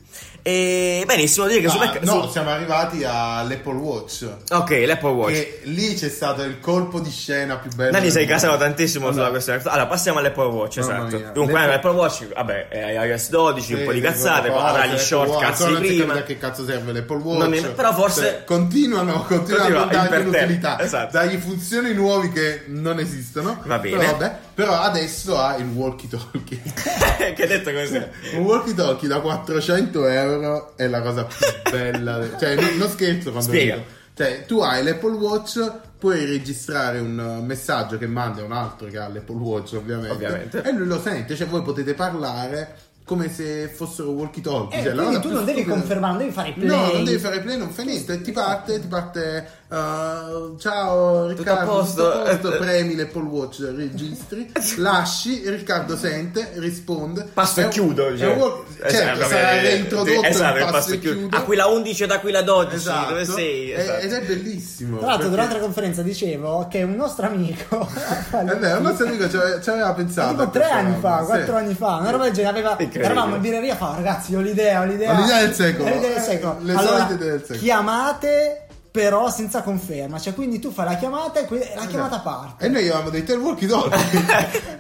C: E benissimo, direi che su
D: Ah,
C: Mac-
D: no,
C: su-
D: siamo arrivati all'Apple Watch.
C: Ok, l'Apple Watch.
D: Che lì c'è stato il colpo di scena più bello.
C: Nani
D: del
C: sei casato
D: mondo.
C: tantissimo sulla questione. Allora, passiamo all'Apple Watch,
D: Mamma
C: esatto.
D: mia.
C: Dunque,
D: L'Apple-
C: l'Apple Watch, vabbè, è iOS 12, un
D: Sì,
C: po' di
D: sì,
C: cazzate,
D: cosa
C: avrà
D: fare,
C: gli
D: l'Apple
C: short
D: Watch.
C: cazzi
D: Ancora non si
C: prima.
D: capita che cazzo serve l'Apple Watch.
C: Non ne- però forse-
D: Cioè, continuano, continuano
C: Continua,
D: a dargli
C: imperterriti,
D: l'utilità,
C: esatto.
D: dargli funzioni nuovi che non esistono.
C: Va bene.
D: Però, vabbè, però adesso ha il walkie talkie.
C: che hai detto così?
D: Un walkie talkie da 400 euro è la cosa più bella. de- cioè, non, non scherzo quando
C: Spiega.
D: dico. Cioè, tu hai l'Apple Watch, puoi registrare un eh, messaggio che manda un altro che ha l'Apple Watch, ovviamente.
C: Ovviamente.
D: E lui lo sente, cioè voi potete parlare come se fossero walkie talkie.
E: Eh,
D: cioè, la
E: quindi
D: cosa
E: tu
D: più
E: non devi
D: stupida-
E: confermare, non devi fare i play.
D: No, non devi fare play, non fai niente. Ti parte, ti parte. eh, ciao
C: Tutto
D: Riccardo,
C: a posto.
D: tutto a posto, premi l'Apple Watch, registri, lasci, Riccardo sente, risponde.
C: Passo
D: È
C: e
D: un-
C: chiudo.
D: è
C: cioè.
D: un walk-
C: Esatto,
D: certo,
C: vabbè,
D: sarà
C: eh,
D: reintrodotto
C: sì, esatto,
D: il passo, e chiudo.
C: A qui la 11 e da qui la 12,
D: Esatto.
C: dove sei?
D: E-
C: Esatto.
D: Ed è bellissimo.
E: Tra l'altro,
D: perché-
E: durante la conferenza dicevo che un nostro amico,
D: Eh beh, un nostro amico ci ave- ci aveva pensato.
E: tipo
D: a
E: tre
D: questa
E: anni fa,
D: roba,
E: quattro
D: sì.
E: anni fa, una roba del genere, aveva,
C: Incredibile.
E: eravamo in birreria e fa, ragazzi, ho l'idea, ho l'idea.
D: Ho l'idea del secolo."
E: Ho l'idea del secolo.
D: Le
E: Allora,
D: solite idee del secolo.
E: chiamate però senza conferma, cioè quindi tu fai la chiamata e que- la
D: Esatto.
E: chiamata parte.
D: E noi avevamo detto il walkie talkie.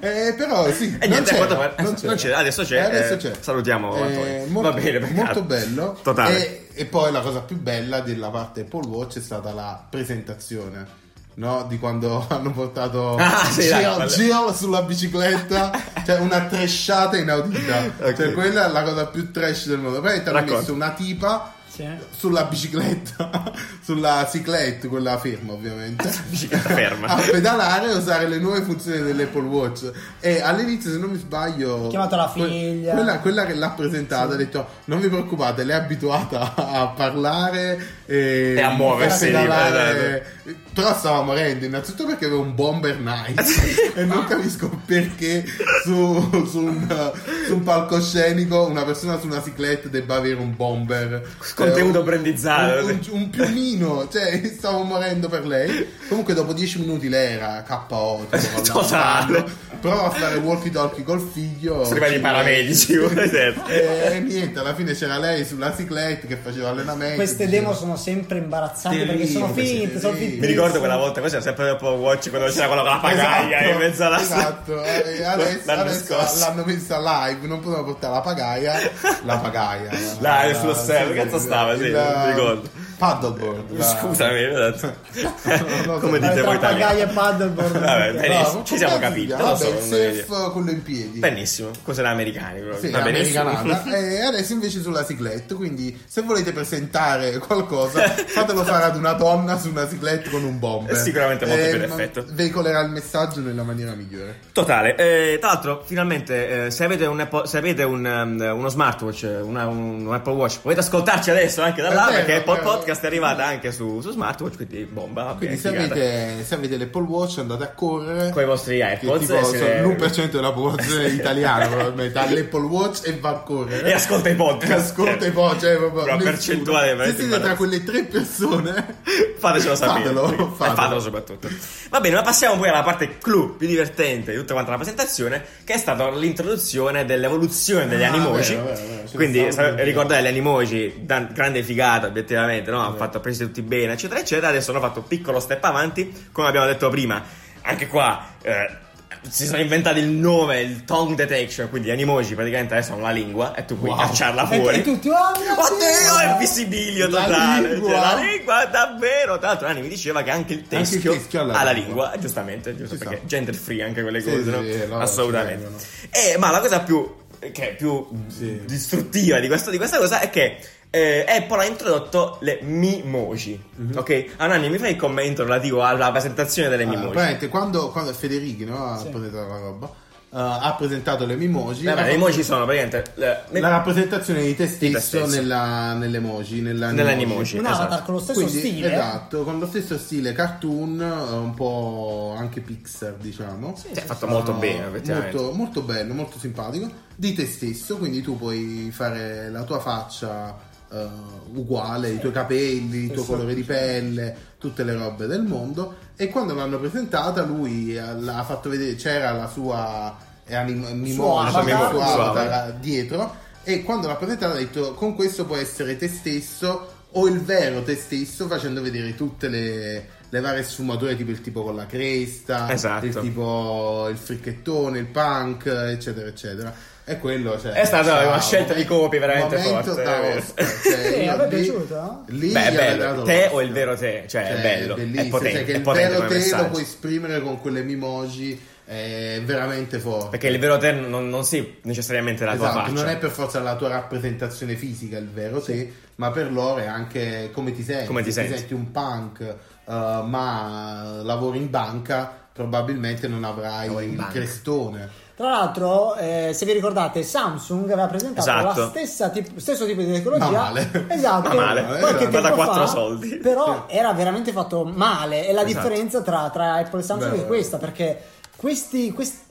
D: eh, però sì,
C: E
D: non
C: niente,
D: c'era,
C: quanto fa-
D: non
C: non c'era, adesso c'è,
D: E adesso
C: eh,
D: c'è.
C: salutiamo Antonio.
D: molto,
C: Va bene, peccato.
D: molto bello.
C: Totale.
D: E, e poi la cosa più bella della parte Apple Watch è stata la presentazione. No, di quando hanno portato
C: Ah, sì, dai,
D: Jill,
C: vabbè.
D: Jill sulla bicicletta, cioè una tresciata inaudita.
C: Ok.
D: Cioè, quella è la cosa più trash del mondo. Poi ti hanno
C: Racconta.
D: messo una tipa
E: Sì.
D: sulla bicicletta, sulla ciclette, quella ferma ovviamente
C: Bicicletta ferma.
D: a pedalare e usare le nuove funzioni dell'Apple Watch. E all'inizio, se non mi sbaglio,
E: Ha chiamato la
D: que-
E: figlia.
D: Quella, quella che l'ha presentata ha detto: Non vi preoccupate, lei è abituata a parlare e,
C: E a muoversi, eh,
D: a pedalare."
C: sì,
D: Però stava morendo. Innanzitutto perché aveva un bomber knife e non capisco perché su, su un, su un palcoscenico una persona su una cicletta debba avere un bomber
C: Contenuto
D: Eh, un-
C: brandizzato,
D: un- un-
C: sì.
D: un piumino, cioè stavo morendo per lei. Comunque dopo 10 minuti lei era KO, tipo,
C: Totale.
D: all'altano. Prova a fare walkie talkie col figlio.
C: Prima di paramedici, esatto.
D: E niente, alla fine c'era lei sulla ciclette che faceva allenamento.
E: Queste
D: diceva-
E: demo sono sempre imbarazzanti
D: Terribili,
E: perché sono
D: sì,
E: finte, sono
D: terribili.
C: Mi
E: finte.
C: ricordo quella volta, così era sempre dopo Watch quando c'era quello con la pagaia
D: Esatto,
C: in mezzo alla
D: esatto. E adesso,
C: L'anno
D: adesso
C: scorso.
D: l'hanno messa live, non potevano portare la pagaia. La pagaia.
C: La-
D: La-
C: il sullo server,
D: sì,
C: cazzo stava, sì,
D: il-
C: non mi ricordo. Eh,
D: Paddleboard. la-
C: Scusami, esatto.
D: so.
C: come
E: Tra
C: dite voi italiani.
E: pagaia e paddleboard.
C: Vabbè,
E: ok.
C: bene.
D: Bravo,
C: eh, Ci siamo
D: fantastica.
C: capiti, non lo
D: Vabbè,
C: so,
D: il
C: non voglio
D: surf quello in piedi.
C: Benissimo, cos'era americani proprio.
D: Sì,
C: Va bene,
D: americanata. e adesso invece sulla ciclette. Quindi, se volete presentare qualcosa, fatelo fare ad una donna su una ciclette con un bomber. Eh,
C: È Eh, sicuramente molto più
D: ma-
C: d'effetto.
D: Veicolerà il messaggio nella maniera migliore.
C: Totale, Eh, tra l'altro finalmente eh, se avete, un Apple- se avete un, um, uno smartwatch, eh, una- un, un Apple Watch, potete ascoltarci adesso anche da
D: È
C: là
D: vero,
C: perché
D: è
C: Apple
D: vero.
C: Podcast è arrivata anche su, su smartwatch, quindi bomba. ok,
D: Quindi, se
C: figata.
D: avete, se avete l'Apple Watch, andate a correre.
C: Coi vostri
D: che
C: AirPods
D: tipo
C: e se
D: sono
C: ne-
D: l'1% della popolazione italiana, probabilmente, ha l'Apple Watch e va a correre.
C: e ascolta i podcast.
D: Che ascolta i po', cioè proprio
C: Una
D: nessuno.
C: percentuale
D: Se
C: veramente
D: siete tra
C: imbarazzante.
D: quelle tre persone,
C: Fatecelo sapere.
D: Fatelo,
C: Sì. E
D: fatelo.
C: fatelo soprattutto. Va bene, ma passiamo poi alla parte clou più divertente di tutta quanta la presentazione, che è stata l'introduzione dell'evoluzione degli
D: Ah,
C: animoji.
D: vero, vero, vero, ce
C: Quindi
D: ne stavo
C: sa-
D: pensando.
C: ricordate gli animoji, dan- grande figata obiettivamente, no? hanno fatto presi tutti bene, eccetera, eccetera. Adesso hanno fatto un piccolo step avanti, come abbiamo detto prima. Anche qua eh, si sono inventati il nome, il tongue detection, quindi gli animoji praticamente adesso hanno la lingua e tu puoi
D: Wow.
C: cacciarla
E: E-
C: fuori.
E: E tutti, oh mio
C: Oddio,
E: Dio!
C: è visibilio
D: La
C: totale.
D: lingua.
C: Cioè, la lingua, davvero. Tra l'altro, Nani mi diceva che anche il
D: Anche il
C: teschio,
D: teschio
C: ha
D: alla
C: la
D: lingua.
C: lingua, giustamente, giusto
D: Ci
C: perché
D: sta.
C: gender free anche quelle
D: Sì,
C: cose, no?
D: sì, no,
C: Assolutamente.
D: ci
C: Eh, ma la cosa più, che è più
D: Sì.
C: distruttiva di questa, di questa cosa è che eh, Apple ha introdotto le Mimoji.
D: Mhm.
C: Ok? Ah, Nani, mi fai il
D: Ah,
C: commento relativo alla presentazione delle
D: Allora,
C: Mimoji?
D: praticamente quando, quando Federighi no, ha portato la roba eh, ha presentato le emoji.
C: Vabbè, le emoji sono praticamente le-
D: La rappresentazione di te stesso,
C: te stesso.
D: Nella, nell'emoji, nella
C: Nell'animoji.
E: Un
C: esatto.
E: avatar con lo stesso
D: Quindi,
E: stile.
D: Esatto, con lo stesso stile cartoon, eh, un po' anche Pixar, diciamo.
C: Sì, è fatto molto
D: Sono
C: bene, effettivamente.
D: Molto, molto bello, molto simpatico. Di te stesso, quindi tu puoi fare la tua faccia eh, uguale, i tuoi capelli, il tuo colore di pelle, tutte le robe del mondo. E quando l'hanno presentata, lui eh, l'ha fatto vedere, c'era la sua eh, anim- mimosa,
E: avatar.
D: il suo
C: Suo avatar.
D: avatar dietro. E quando l'ha presentata ha detto: Con questo puoi essere te stesso o il vero te stesso, facendo vedere tutte le, le varie sfumature, tipo il tipo con la cresta,
C: Esatto.
D: il tipo il fricchettone, il punk, eccetera, eccetera. E quello cioè,
C: È stata una
D: ciao,
C: scelta di copy veramente
D: momento
C: forte,
D: da
C: è vero.
D: Oscar, cioè,
E: Sì,
D: io
E: a me è
D: lì-
E: piaciuto,
D: Lì
C: Beh, è
D: gli avrei
C: bello.
D: dato
C: Te o
D: Oscar.
C: il vero te? Cioè, è bello, è
D: bellissimo,
C: potente,
D: cioè che
C: è
D: il
C: potente
D: vero
C: come
D: te lo
C: messaggio.
D: puoi esprimere con quelle emoji, è veramente forte.
C: Perché il vero te non, non sei necessariamente la tua
D: Esatto,
C: faccia.
D: non è per forza la tua rappresentazione fisica il vero te, ma per loro è anche come ti senti.
C: Come ti
D: Se
C: senti.
D: un punk, eh, ma lavori in banca, probabilmente non avrai
C: Lavori in
D: il
C: banca.
D: crestone.
E: Tra l'altro, eh, se vi ricordate, Samsung aveva presentato
C: Esatto.
E: la stessa tip- stesso tipo di tecnologia.
D: Ma male.
E: Esatto.
C: Ma male.
E: Qualche
D: Ma
E: tempo
C: da quattro
E: fa,
C: soldi.
E: Però era veramente fatto male. E la
C: Esatto.
E: differenza tra, tra Apple e Samsung
D: Beh.
E: è questa, perché questi... questi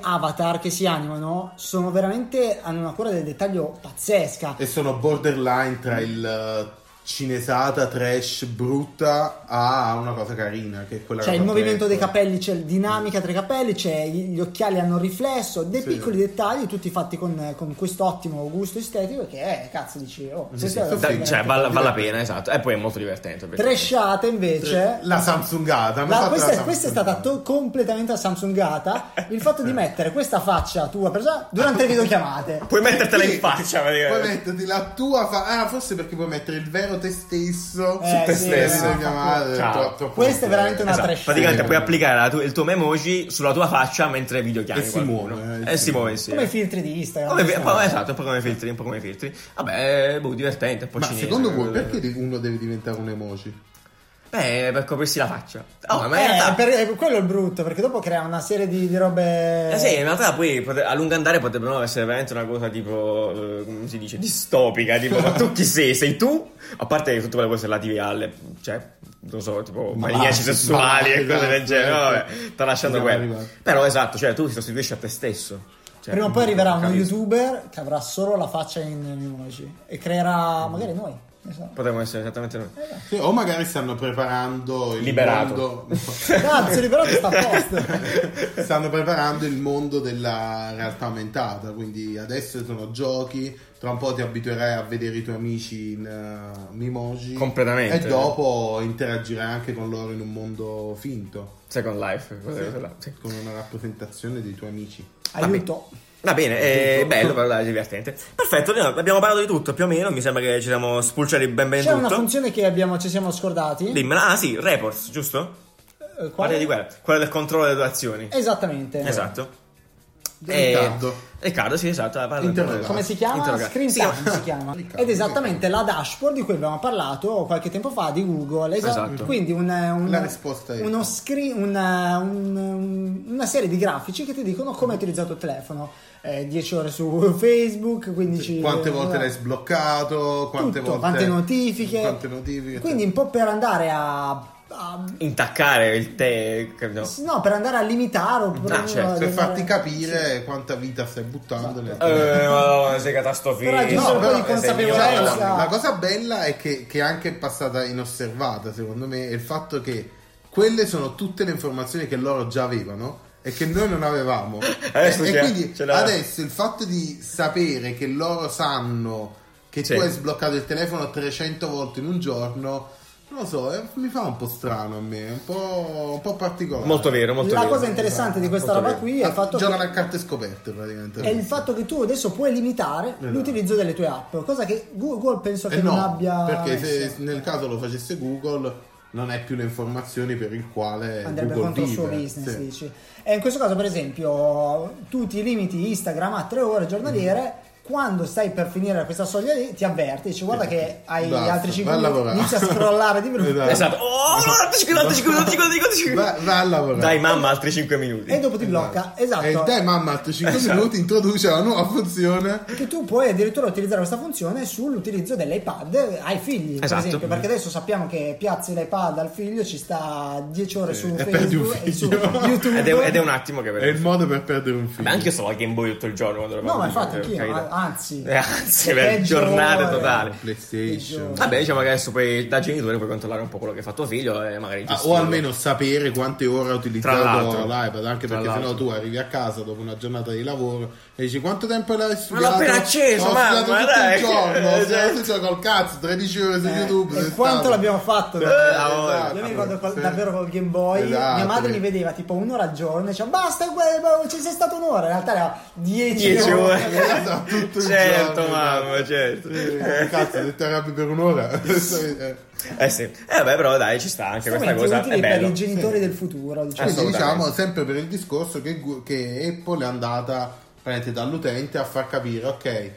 E: avatar che si animano sono veramente hanno una cura del dettaglio pazzesca
D: E sono borderline tra
C: Mm.
D: il eh, cinesata, trash, brutta a una cosa carina, che è quella
E: C'è
D: che
E: Cioè, il
D: ho
E: movimento
D: detto.
E: dei capelli, c'è la dinamica tra i capelli, c'è gli gli occhiali hanno il riflesso, dei
D: Sì.
E: piccoli dettagli, tutti fatti con, con quest'ottimo gusto estetico che, eh, cazzo, dici, oh, questo è
D: sì,
C: Dai,
E: veramente-
C: cioè, vale, vale la pena, esatto. E poi è molto divertente. ovviamente.
E: Trashata invece...
D: La Samsungata. mi
E: la-
D: ha fatto la
E: questa, questa è
D: Samsungata.
E: stata to- completamente a Samsungata il fatto di mettere questa faccia tua presa durante le videochiamate
C: Puoi mettertela
D: Sì.
C: in faccia,
D: Puoi
C: praticamente.
D: metterti la tua fa- Ah, forse perché puoi mettere il vero te stesso
E: Eh,
D: su te
E: sì,
D: stesso.
E: no,
D: mia madre,
C: Ciao.
D: tro- troppo
E: Questa è veramente una
C: Esatto,
E: trash.
C: praticamente
D: Eh.
C: puoi applicare la tu- il tuo memoji sulla tua faccia mentre videochiami
D: E si
C: qualcuno.
D: muove,
C: e
D: eh, sì. Ah.
C: si muove, sì.
E: come i filtri di Instagram
C: Come-
E: questa
C: un po'
E: roba.
C: esatto, un po' come i filtri, un po' come i filtri. Vabbè, boh, divertente, un po'
D: Ma
C: cinese.
D: secondo voi perché di- uno deve diventare un emoji?
C: Beh, Eh, per coprirsi la faccia. Oh, ma in
E: Eh,
C: realtà...
E: per- eh, quello è il brutto perché dopo crea una serie di, di robe
C: Eh sì, in realtà poi pote- a lungo andare potrebbero essere veramente una cosa tipo, eh, come si dice, distopica, tipo ma tu chi sei? Sei tu? A parte tutte quelle cose relative alle, cioè, non so, tipo
D: Ma-
C: maniaci sessuali e
D: ma-
C: cose del genere,
D: esatto.
C: vabbè, tralasciando
D: Siamo
C: quello.
D: arrivati.
C: Però esatto, cioè tu ti sostituisci a te stesso. Cioè,
E: Prima o poi arriverà uno
C: capisco.
E: youtuber che avrà solo la faccia in emoji e creerà
C: Mm.
E: magari noi. ne so.
C: Potremmo essere esattamente noi.
E: Eh,
D: Sì, o magari stanno preparando il
C: Liberato.
D: mondo.
E: Cazzo, però sta a posto.
D: stanno preparando il mondo della realtà aumentata. Quindi adesso sono giochi. Tra un po' ti abituerai a vedere i tuoi amici in eh, Mimoji.
C: Completamente.
D: E dopo interagirai anche con loro in un mondo finto.
C: Second Life. quelle cose
E: esatto.
C: là, Eh, sì.
D: Con una rappresentazione dei tuoi amici.
E: Aiuto.
C: Va bene, è bello, però dai, divertente. Perfetto, abbiamo abbiamo parlato di tutto più o meno, mi sembra che ci siamo spulciati ben ben
E: C'è
C: tutto.
E: una funzione che abbiamo, ci siamo scordati.
C: Dimmela. Ah sì, reports, giusto?
E: Eh, quale?
C: Guarda di quella, quella del controllo delle tue azioni.
E: Esattamente.
C: Esatto. Eh,
D: Riccardo.
C: Riccardo, sì, esatto. la parla-
D: Interrogato.
E: Come si chiama?
C: Interroga-
E: Screen
C: si
E: time
C: chiama-
E: si chiama.
D: Riccardo,
E: Ed esattamente la dashboard di cui abbiamo parlato qualche tempo fa di Google. Esa-
C: Esatto.
E: Quindi un, un-
D: La risposta è-
E: uno screen, una, un- un- una serie di grafici che ti dicono come hai utilizzato il telefono. Eh, 10 ore su Facebook, 15
D: Quante volte
E: eh,
D: l'hai sbloccato? Quante
E: tutto,
D: volte
E: quante notifiche.
D: Quante notifiche. cioè,
E: Quindi un po' per andare a... a-
C: Intaccare il te. che- no.
E: no, per andare a limitare o per-
C: Ah, certo,
D: per
E: andare-
D: farti capire quanta vita stai
E: Esatto.
D: buttando nel
C: Eh, madonna, sei catastrofista.
E: Però aggiungi
D: un po' di
C: sei
E: consapevolezza.
D: Cioè,
E: Eh,
D: la,
E: sa-
D: la cosa bella è che, che è anche passata inosservata, secondo me, è il fatto che quelle sono tutte le informazioni che loro già avevano e che noi non avevamo.
C: Adesso
D: e e
C: c'è-
D: quindi
C: ce l'ha.
D: adesso il fatto di sapere che loro sanno che
C: Sì.
D: tu hai sbloccato il telefono 300 volte in un giorno, non lo so, eh, mi fa un po' strano a me, un po', un po' particolare. Ah,
C: Molto vero, molto
E: la
C: vero.
E: cosa interessante di questa
C: Molto
E: roba
C: vero.
E: qui è il fatto che
D: Giocano a carte scoperte praticamente.
E: è il fatto che tu adesso puoi limitare l'utilizzo delle tue app, cosa che Google penso
D: Esatto. Eh
E: che
D: no,
E: non abbia ecco.
D: perché se
E: messo.
D: nel caso lo facesse Google non è più le informazioni per il quale
E: andrebbe
D: Google
E: contro il
D: vive.
E: suo business, Eh,
D: Sì. Mm.
E: dici. E in questo caso, per esempio, tu ti limiti Instagram a tre ore giornaliere. quando stai per finire questa soglia lì ti avverti, dici guarda che hai gli
D: Esatto. Basta,
E: altri 5
D: vai a
E: minuti,
D: lavorare.
E: inizia a scrollare di brutto.
D: Esatto.
C: Esatto. Oh, guarda, 50, 50, 50, 50.
D: Va, va a lavorare.
C: Dai mamma, altri 5 minuti.
E: E dopo ti blocca, esatto.
D: E dai mamma, altri 5 minuti introduce la nuova funzione.
E: che tu puoi addirittura utilizzare questa funzione sull'utilizzo dell'iPad ai figli, per
C: Esatto.
E: esempio, perché adesso sappiamo che piazzi l'iPad al figlio, ci sta 10 ore su
D: e perdi un
E: Facebook e su
D: figlio.
E: YouTube.
C: Ed è, ed è un attimo che
D: È il modo per perdere un
C: Beh,
D: figlio.
C: anche io stavo al Game Boy tutto il giorno quando eravamo
E: No, ma infatti
C: giovani,
E: anch'io,
C: Eh, capito?
E: anzi.
C: Eh, anzi,
E: Che
C: per
E: peggio
C: giornate
E: è.
C: totale.
D: PlayStation.
C: Vabbè, diciamo che adesso poi da genitore puoi controllare un po' quello che fa tuo figlio e magari
D: Ah, o
C: gestirlo.
D: almeno sapere quante ore ha
C: Tra
D: utilizzato
C: l'altro.
D: l'iPad, anche
C: Tra
D: perché sennò
C: l'altro.
D: tu arrivi a casa dopo una giornata di lavoro e dici quanto tempo l'hai studiato?
C: l'ho appena acceso,
D: ho
C: mamma,
D: studiato tutto
C: dai."
D: il giorno, ho
C: Eh,
D: studiato
C: cioè.
D: tutto il giorno, col cazzo, 13 ore su
E: Eh,
D: YouTube.
E: e
D: sei
E: quanto
D: stato.
E: l'abbiamo fatto?
D: Eh,
E: davvero?
D: esatto.
C: ah,
E: Io mi ricordo col-
D: Sì.
E: davvero col Game Boy.
D: Esatto.
E: Mia madre mi vedeva tipo un'ora al giorno e diceva basta, guai, ma ci sei stato un'ora. In realtà era 10
C: 10 ore.
D: Esatto, tutto il
C: Certo,
D: giorno,
C: mamma, certo.
D: Eh, Cazzo, se ti arrabbi per un'ora. Eh,
C: Eh sì. Eh vabbè, però dai, ci sta anche questa
E: Strumenti
C: cosa. È
E: utili per i
C: bello. Ah,
E: genitori del futuro. Diciamo.
D: Quindi
C: Assolutamente.
D: diciamo sempre per il discorso che, Gu- che Apple è andata praticamente dall'utente a far capire ok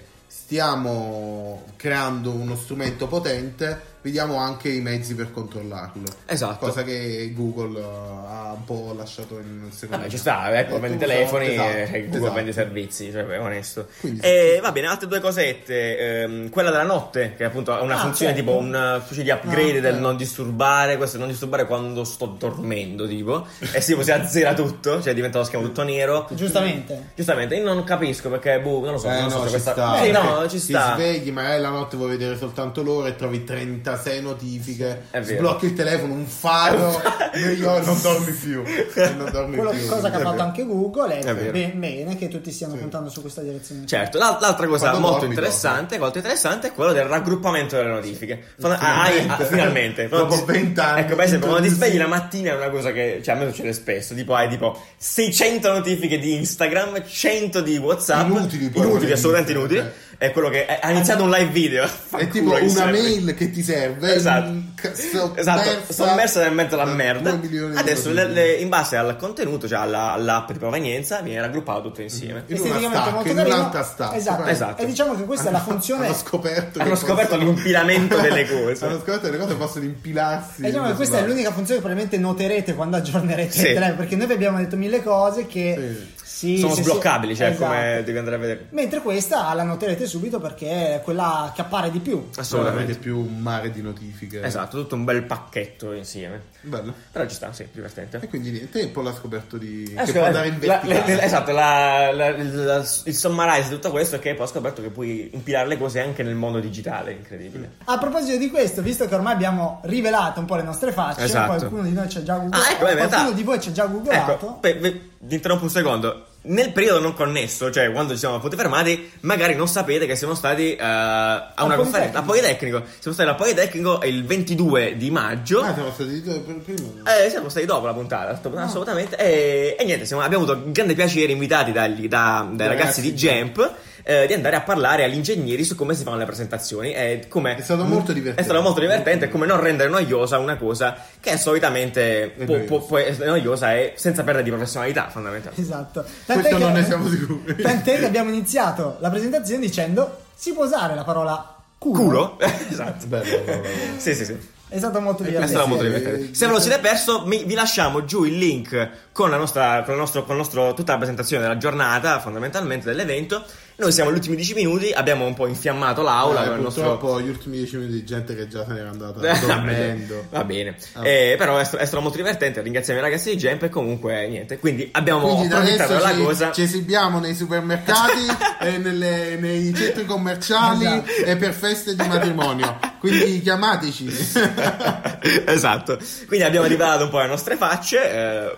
D: stiamo creando uno strumento potente vediamo anche i mezzi per controllarlo
C: Esatto.
D: cosa che Google eh, ha un po' lasciato in secondo
C: Vabbè, ci sta, Apple
D: Eh,
C: vende i
D: tu usa-
C: telefoni
D: esatto,
C: e Google
D: esatto.
C: vende i servizi, cioè è onesto.
D: Quindi sì.
C: E va bene, altre due cosette. ehm, quella della notte, che appunto ha una
E: Ah,
C: funzione
E: certo.
C: tipo una specie di upgrade
D: Ah,
C: del
D: ok.
C: non disturbare, questo non disturbare quando sto dormendo, tipo. E sì, poi si azzera tutto, cioè diventa lo schermo tutto nero.
E: Giustamente.
C: Giustamente, io non capisco perché, boh, non lo so,
D: Eh,
C: non so
D: no,
C: se
D: ci
C: questa...
D: sta.
C: Sì, no,
D: Perché
C: ci
D: ti
C: sta.
D: svegli, magari la notte vuoi vedere soltanto l'ora e trovi 36 notifiche.
C: È vero.
D: Sblocchi il telefono, un faro, e io non dormi più. E Non dormi
E: Quello,
D: più.
E: cosa che ha
D: È
E: fatto
D: vero. Cioè,
E: anche Google è,
C: È vero.
E: ben- bene che tutti stiano puntando su questa direzione.
C: Certo, l'al- l'altra cosa
D: Quando
C: molto
D: dormi,
C: interessante, molto interessante è quello del raggruppamento delle notifiche. Fanno- ah, ah,
D: Finalmente.
C: ah, finalmente. Quando
D: Dopo
C: ti-
D: 20 anni.
C: Ecco, per esempio, quando ti
D: Introduci-
C: svegli la mattina è una cosa che cioè, a me succede spesso. Tipo, hai tipo 600 notifiche di Instagram, 100 di WhatsApp.
D: Inutili, poi,
C: inutili assolutamente
D: veramente.
C: inutili. È quello che ha iniziato un live video.
D: È
C: Fanculo,
D: tipo una
C: chi serve.
D: mail che ti serve.
C: Esatto.
D: mm, c-
C: Esatto, sommersa nel mezzo alla
D: da
C: merda.
D: due milioni di
C: Adesso, le-
D: notifiche.
C: le- in base al contenuto, cioè alla- all'app di provenienza, viene raggruppato tutto insieme.
D: In una
E: Esteticamente
D: stack,
E: molto
D: in
E: carino.
D: un'altra stack.
E: Esatto.
C: Esatto.
E: E diciamo che questa è la funzione.
D: Hanno scoperto.
C: Hanno
D: che
C: scoperto il
D: possono-
C: compilamento delle
D: Hanno
C: cose.
D: scoperto che le cose possono impilarsi.
E: E diciamo che questa è l'unica funzione che probabilmente noterete quando aggiornerete
C: Sì.
E: il telefono, perché noi vi abbiamo detto mille cose che sì,
C: Sono
E: se si-
C: sbloccabili, cioè
E: Esatto.
C: come devi andare a vedere.
E: Mentre questa la noterete subito perché è quella che appare di più.
D: Non avete
C: Assolutamente.
D: più un mare di notifiche.
C: Esatto, tutto un bel pacchetto insieme.
D: Bello.
C: Però ci sta, sì,
D: E
C: divertente.
D: quindi niente, e poi l'ha scoperto di...
C: Eh,
D: che può
C: scusa,
D: andare in
C: Eh, la- la-
D: verticale.
C: esatto, la- la- la- il summarize di tutto questo è che poi ho scoperto che puoi impilare le cose anche nel mondo digitale, incredibile.
E: A proposito di questo, visto che ormai abbiamo rivelato un po' le nostre facce,
C: Esatto.
E: qualcuno di noi c'è già googlato,
C: Ah, ecco, in realtà-
E: qualcuno di voi ci ha già googolato.
C: Ecco, pe- pe- ti interrompo un secondo. Nel periodo non connesso, cioè quando ci siamo appunto fermati, magari non sapete che siamo stati eh, a una conferenza, a Politecnico. Siamo stati a Politecnico il 22 di maggio.
D: Ah, siamo stati due per primo.
C: Eh, siamo stati dopo la puntata, dopo-
D: Ah.
C: assolutamente. E, e niente, siamo- abbiamo avuto grande piacere, invitati dagli- da- dai ragazzi,
D: ragazzi
C: di
D: di
C: Jamp, eh, di andare a parlare agli ingegneri su come si fanno le presentazioni. E come,
D: È stato molto divertente.
C: È stato molto divertente, come non rendere noiosa una cosa che solitamente
D: È
C: può,
D: noiosa.
C: può- può essere noiosa e senza perdere di professionalità, fondamentalmente.
E: Esatto.
D: Questo non ne siamo sicuri.
E: Tant'è che abbiamo iniziato la presentazione dicendo si può usare la parola culo.
C: Culo? esatto.
D: Bello, bello, bello.
C: Sì, sì, sì.
E: È stato molto
C: È
E: divertente.
C: stato molto
D: sì,
C: divertente.
D: eh,
C: Se ve lo siete perso, mi- vi lasciamo giù il link con la nostra, con il nostro, con il nostro- tutta la presentazione della giornata, fondamentalmente dell'evento. Noi siamo agli ultimi 10 minuti, abbiamo un po' infiammato l'aula
D: Eh,
C: con il
D: purtroppo
C: nostro.
D: gli ultimi dieci minuti di gente che già se n'era andata dormendo.
C: Va bene,
D: Ah.
C: Eh, però è, sta- è stato molto divertente. Ringraziamo i ragazzi di Jump e comunque niente. Quindi abbiamo
D: Quindi da
C: approfittato della
D: adesso
C: cosa. Esatto.
D: ci, ci esibiamo nei supermercati e nelle- nei centri commerciali
E: Esatto.
D: e per feste di matrimonio. Quindi chiamateci.
C: esatto. Quindi abbiamo rivelato un po' le nostre facce. eh,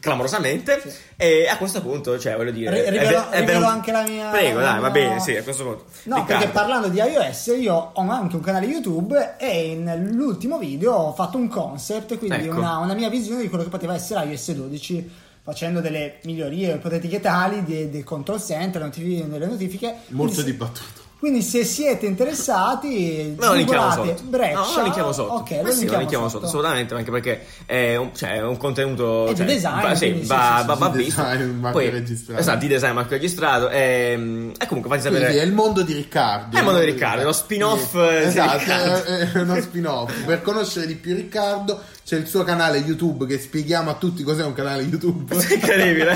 C: Clamorosamente, e a questo punto, cioè, voglio dire,
E: Ri-
C: è
E: rivelo-
C: ve- è
E: rivelo
C: vero-
E: anche la mia-
C: Prego,
E: la
C: dai, va
E: mia-
C: bene, sì, a questo punto.
E: No,
C: Riccardo.
E: perché parlando di iOS io ho anche un canale YouTube e nell'ultimo video ho fatto un concept, quindi
C: Ecco.
E: una, una mia visione di quello che poteva essere iOS 12 facendo delle migliorie ipotetiche tali de- del control center, notifi- delle notifiche.
D: Molto
E: Quindi,
D: dibattuto.
E: Quindi se siete interessati,
C: No, lo linkiamo
E: googlate
C: sotto.
E: Breccia.
C: No, lo linkiamo sotto.
E: Ok,
C: Ma
E: lo
C: sì,
E: linkiamo
C: sotto,
E: sotto.
C: assolutamente, anche perché è un, cioè, è un contenuto...
E: È di
C: cioè,
E: design,
C: Va, sì,
E: quindi sì,
C: va,
E: sì,
C: va,
D: sì,
C: va
D: di
C: visto.
D: design, Ah, marchio
C: Poi-
D: registrato.
C: Esatto, di design, marchio registrato. ehm, E, comunque fatti
D: Quindi è
C: sapere...
D: il mondo di Riccardo.
C: È il mondo di Riccardo, lo spin-off, eh, di
D: Esatto,
C: Riccardo.
D: è uno spin-off. Per conoscere di più Riccardo c'è il suo canale YouTube che spieghiamo a tutti cos'è un canale YouTube.
C: È incredibile.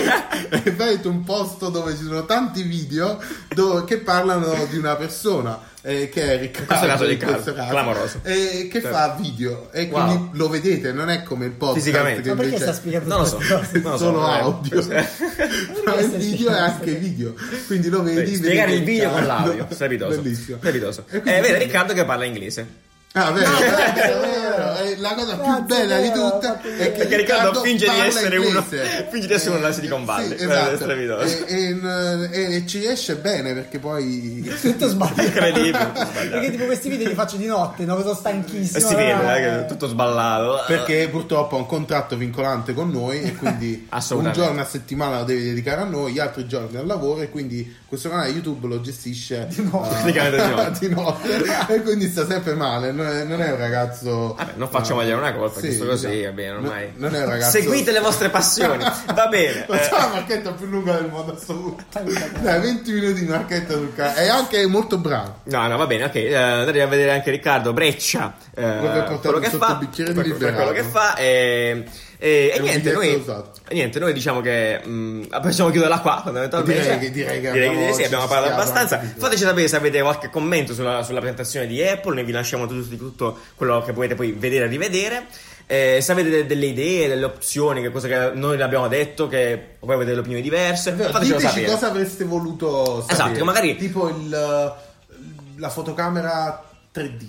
D: È veramente un posto dove ci sono tanti video dove- che parlano di una persona. eh, che è Riccardo,
C: questo caso
D: in
C: Riccardo,
D: questo caso,
C: clamoroso.
D: eh, che
C: Certo.
D: fa video e
C: Wow.
D: quindi lo vedete, non è come il podcast
C: Fisicamente.
D: che
E: Ma perché
D: invece-
E: sta spiegando
C: Non lo so,
E: queste
C: non
E: cose?
C: lo so.
D: solo
C: eh.
D: audio ma il
E: Queste
D: video è
E: cose.
D: anche video quindi lo
C: Sì,
D: vedi vedi
C: Spiegare il video con
D: Riccardo.
C: l'audio, strepitoso.
D: bellissimo
C: Strepitoso.
D: E
C: E
D: quindi-
C: vede Riccardo che parla inglese.
D: ah vero,
E: No,
D: vero,
E: vero,
D: vero. E la cosa
E: Cazzo,
D: più bella di
E: vero,
D: tutta
E: fatto
D: è che
C: Perché Riccardo finge di
D: parla
C: essere uno,
D: inglese.
C: finge di Eh, essere uno della Silicon Valley.
D: Sì,
C: È
D: esatto.
C: strepitoso.
D: e, e- e- e ci riesce bene perché poi
E: Tutto sbagliato.
C: Incredibile, tutto sbagliato.
E: Perché tipo questi video li faccio di notte, no? Sono stanchissimo.
C: E si vede, eh,
E: allora-
C: che è tutto sballato.
D: perché purtroppo ha un contratto vincolante con noi e quindi un
C: Assolutamente.
D: giorno a settimana lo devi dedicare a noi, gli altri giorni al lavoro e quindi questo canale YouTube lo gestisce di
E: nuovo.
C: Praticamente di nuovo.
D: di notte e quindi sta sempre male, non è, non è un ragazzo...
C: Vabbè, non facciamo vedere una colpa,
D: Sì,
C: che sto così,
D: esatto.
C: va bene,
D: Non-
C: ormai.
D: non è un ragazzo-
C: Seguite le vostre passioni, va bene.
D: La
C: Eh,
D: sua marchetta più lunga del mondo assoluto. Dai, 20 minuti di marchetta sul canale. È anche molto bravo.
C: No, no, va bene, ok. eh, andrete a vedere anche Riccardo Breccia, eh,
D: ha portato
C: quello che
D: sotto
C: fa,
D: il bicchiere di
C: per- per
D: Liberato.
C: quello che fa. E, e- e
D: un
C: niente,
D: biglietto esatto.
C: noi,
D: usato.
C: e niente, noi diciamo che mh, possiamo chiuderla qua, fondamentalmente.
D: Direi che- direi che abbiamo-
C: sì, abbiamo
D: ci
C: parlato
D: siamo
C: abbastanza.
D: anche di-
C: Fateci sapere se avete qualche commento sulla, sulla presentazione di Apple, noi vi lasciamo tutto, tutto quello che potete poi vedere e rivedere. Eh, se avete de- delle idee, delle opzioni, che cosa che noi le abbiamo detto, che voi avete delle opinioni diverse, fatecelo
D: Diteci
C: sapere.
D: cosa avreste voluto sapere.
C: Esatto, che magari-
D: Tipo il, la fotocamera 3D.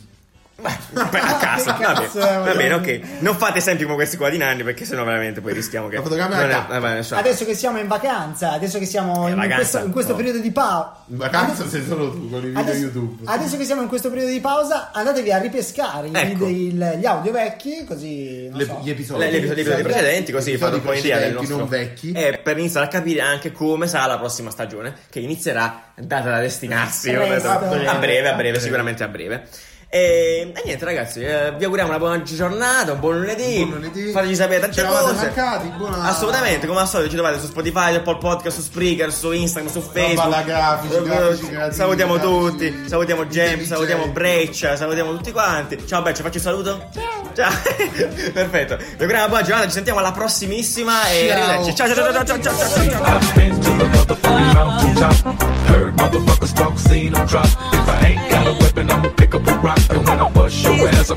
C: Beh, a casa,
E: Che
C: va bene,
E: cazzo è,
C: va bene,
E: voglio-
C: ok. Non fate esempi come questi qua di Nanni, perché sennò veramente poi rischiamo che.
D: La fotocamera
C: non è-
D: cazzo.
C: eh, va bene, insomma.
E: Adesso che siamo in vacanza, adesso che siamo
C: Eh,
E: in
C: vacanza,
E: questo, in questo
C: no.
E: periodo di pausa.
D: In vacanza sei solo tu con i video
E: Adesso,
D: YouTube.
E: adesso che siamo in questo periodo di pausa, andatevi a ripescare i
C: Ecco.
E: video- il- gli audio vecchi, così non
D: Le-
E: so.
D: gli episodi. Cioè,
C: Le, le episodi
E: episodi
C: precedenti,
D: Gli
C: così fate un po'
D: episodi
C: un'idea del
D: precedenti,
C: nostro.
D: non vecchi.
C: Eh, per iniziare a capire anche come sarà la prossima stagione, che inizierà data da destinarsi. io
E: Presto.
C: vedo. A
D: Esatto.
C: breve, a breve, sicuramente a breve. Ehm, E, e niente, ragazzi, eh, vi auguriamo una buona giornata, un buon lunedì.
D: Buon lunedì.
C: Fateci sapere tante
D: Ci eravate
C: cose.
D: mancati, buona-
C: Assolutamente, come al solito, ci trovate su Spotify, Apple Podcast, su Spreaker, su Instagram, su Facebook.
D: alla grafici,
C: Eh,
D: grafici, grafici,
C: salutiamo
D: grafici,
C: tutti, salutiamo James,
D: intelligenti.
C: salutiamo Breccia, salutiamo tutti quanti. Ciao Breccia, faccio il saluto. Ciao. Perfetto. Vi auguriamo una buona giornata, ci sentiamo alla prossimissima e
D: Ciao.
C: arrivederci. Ciao ciao ciao ciao ciao ciao. ciao, ciao, ciao.
B: I've been to the motherfucking mountaintop. Heard motherfuckers talk, seen 'em drop. If I ain't got a weapon, I'ma pick up a rock. And when I bust your ass, I'm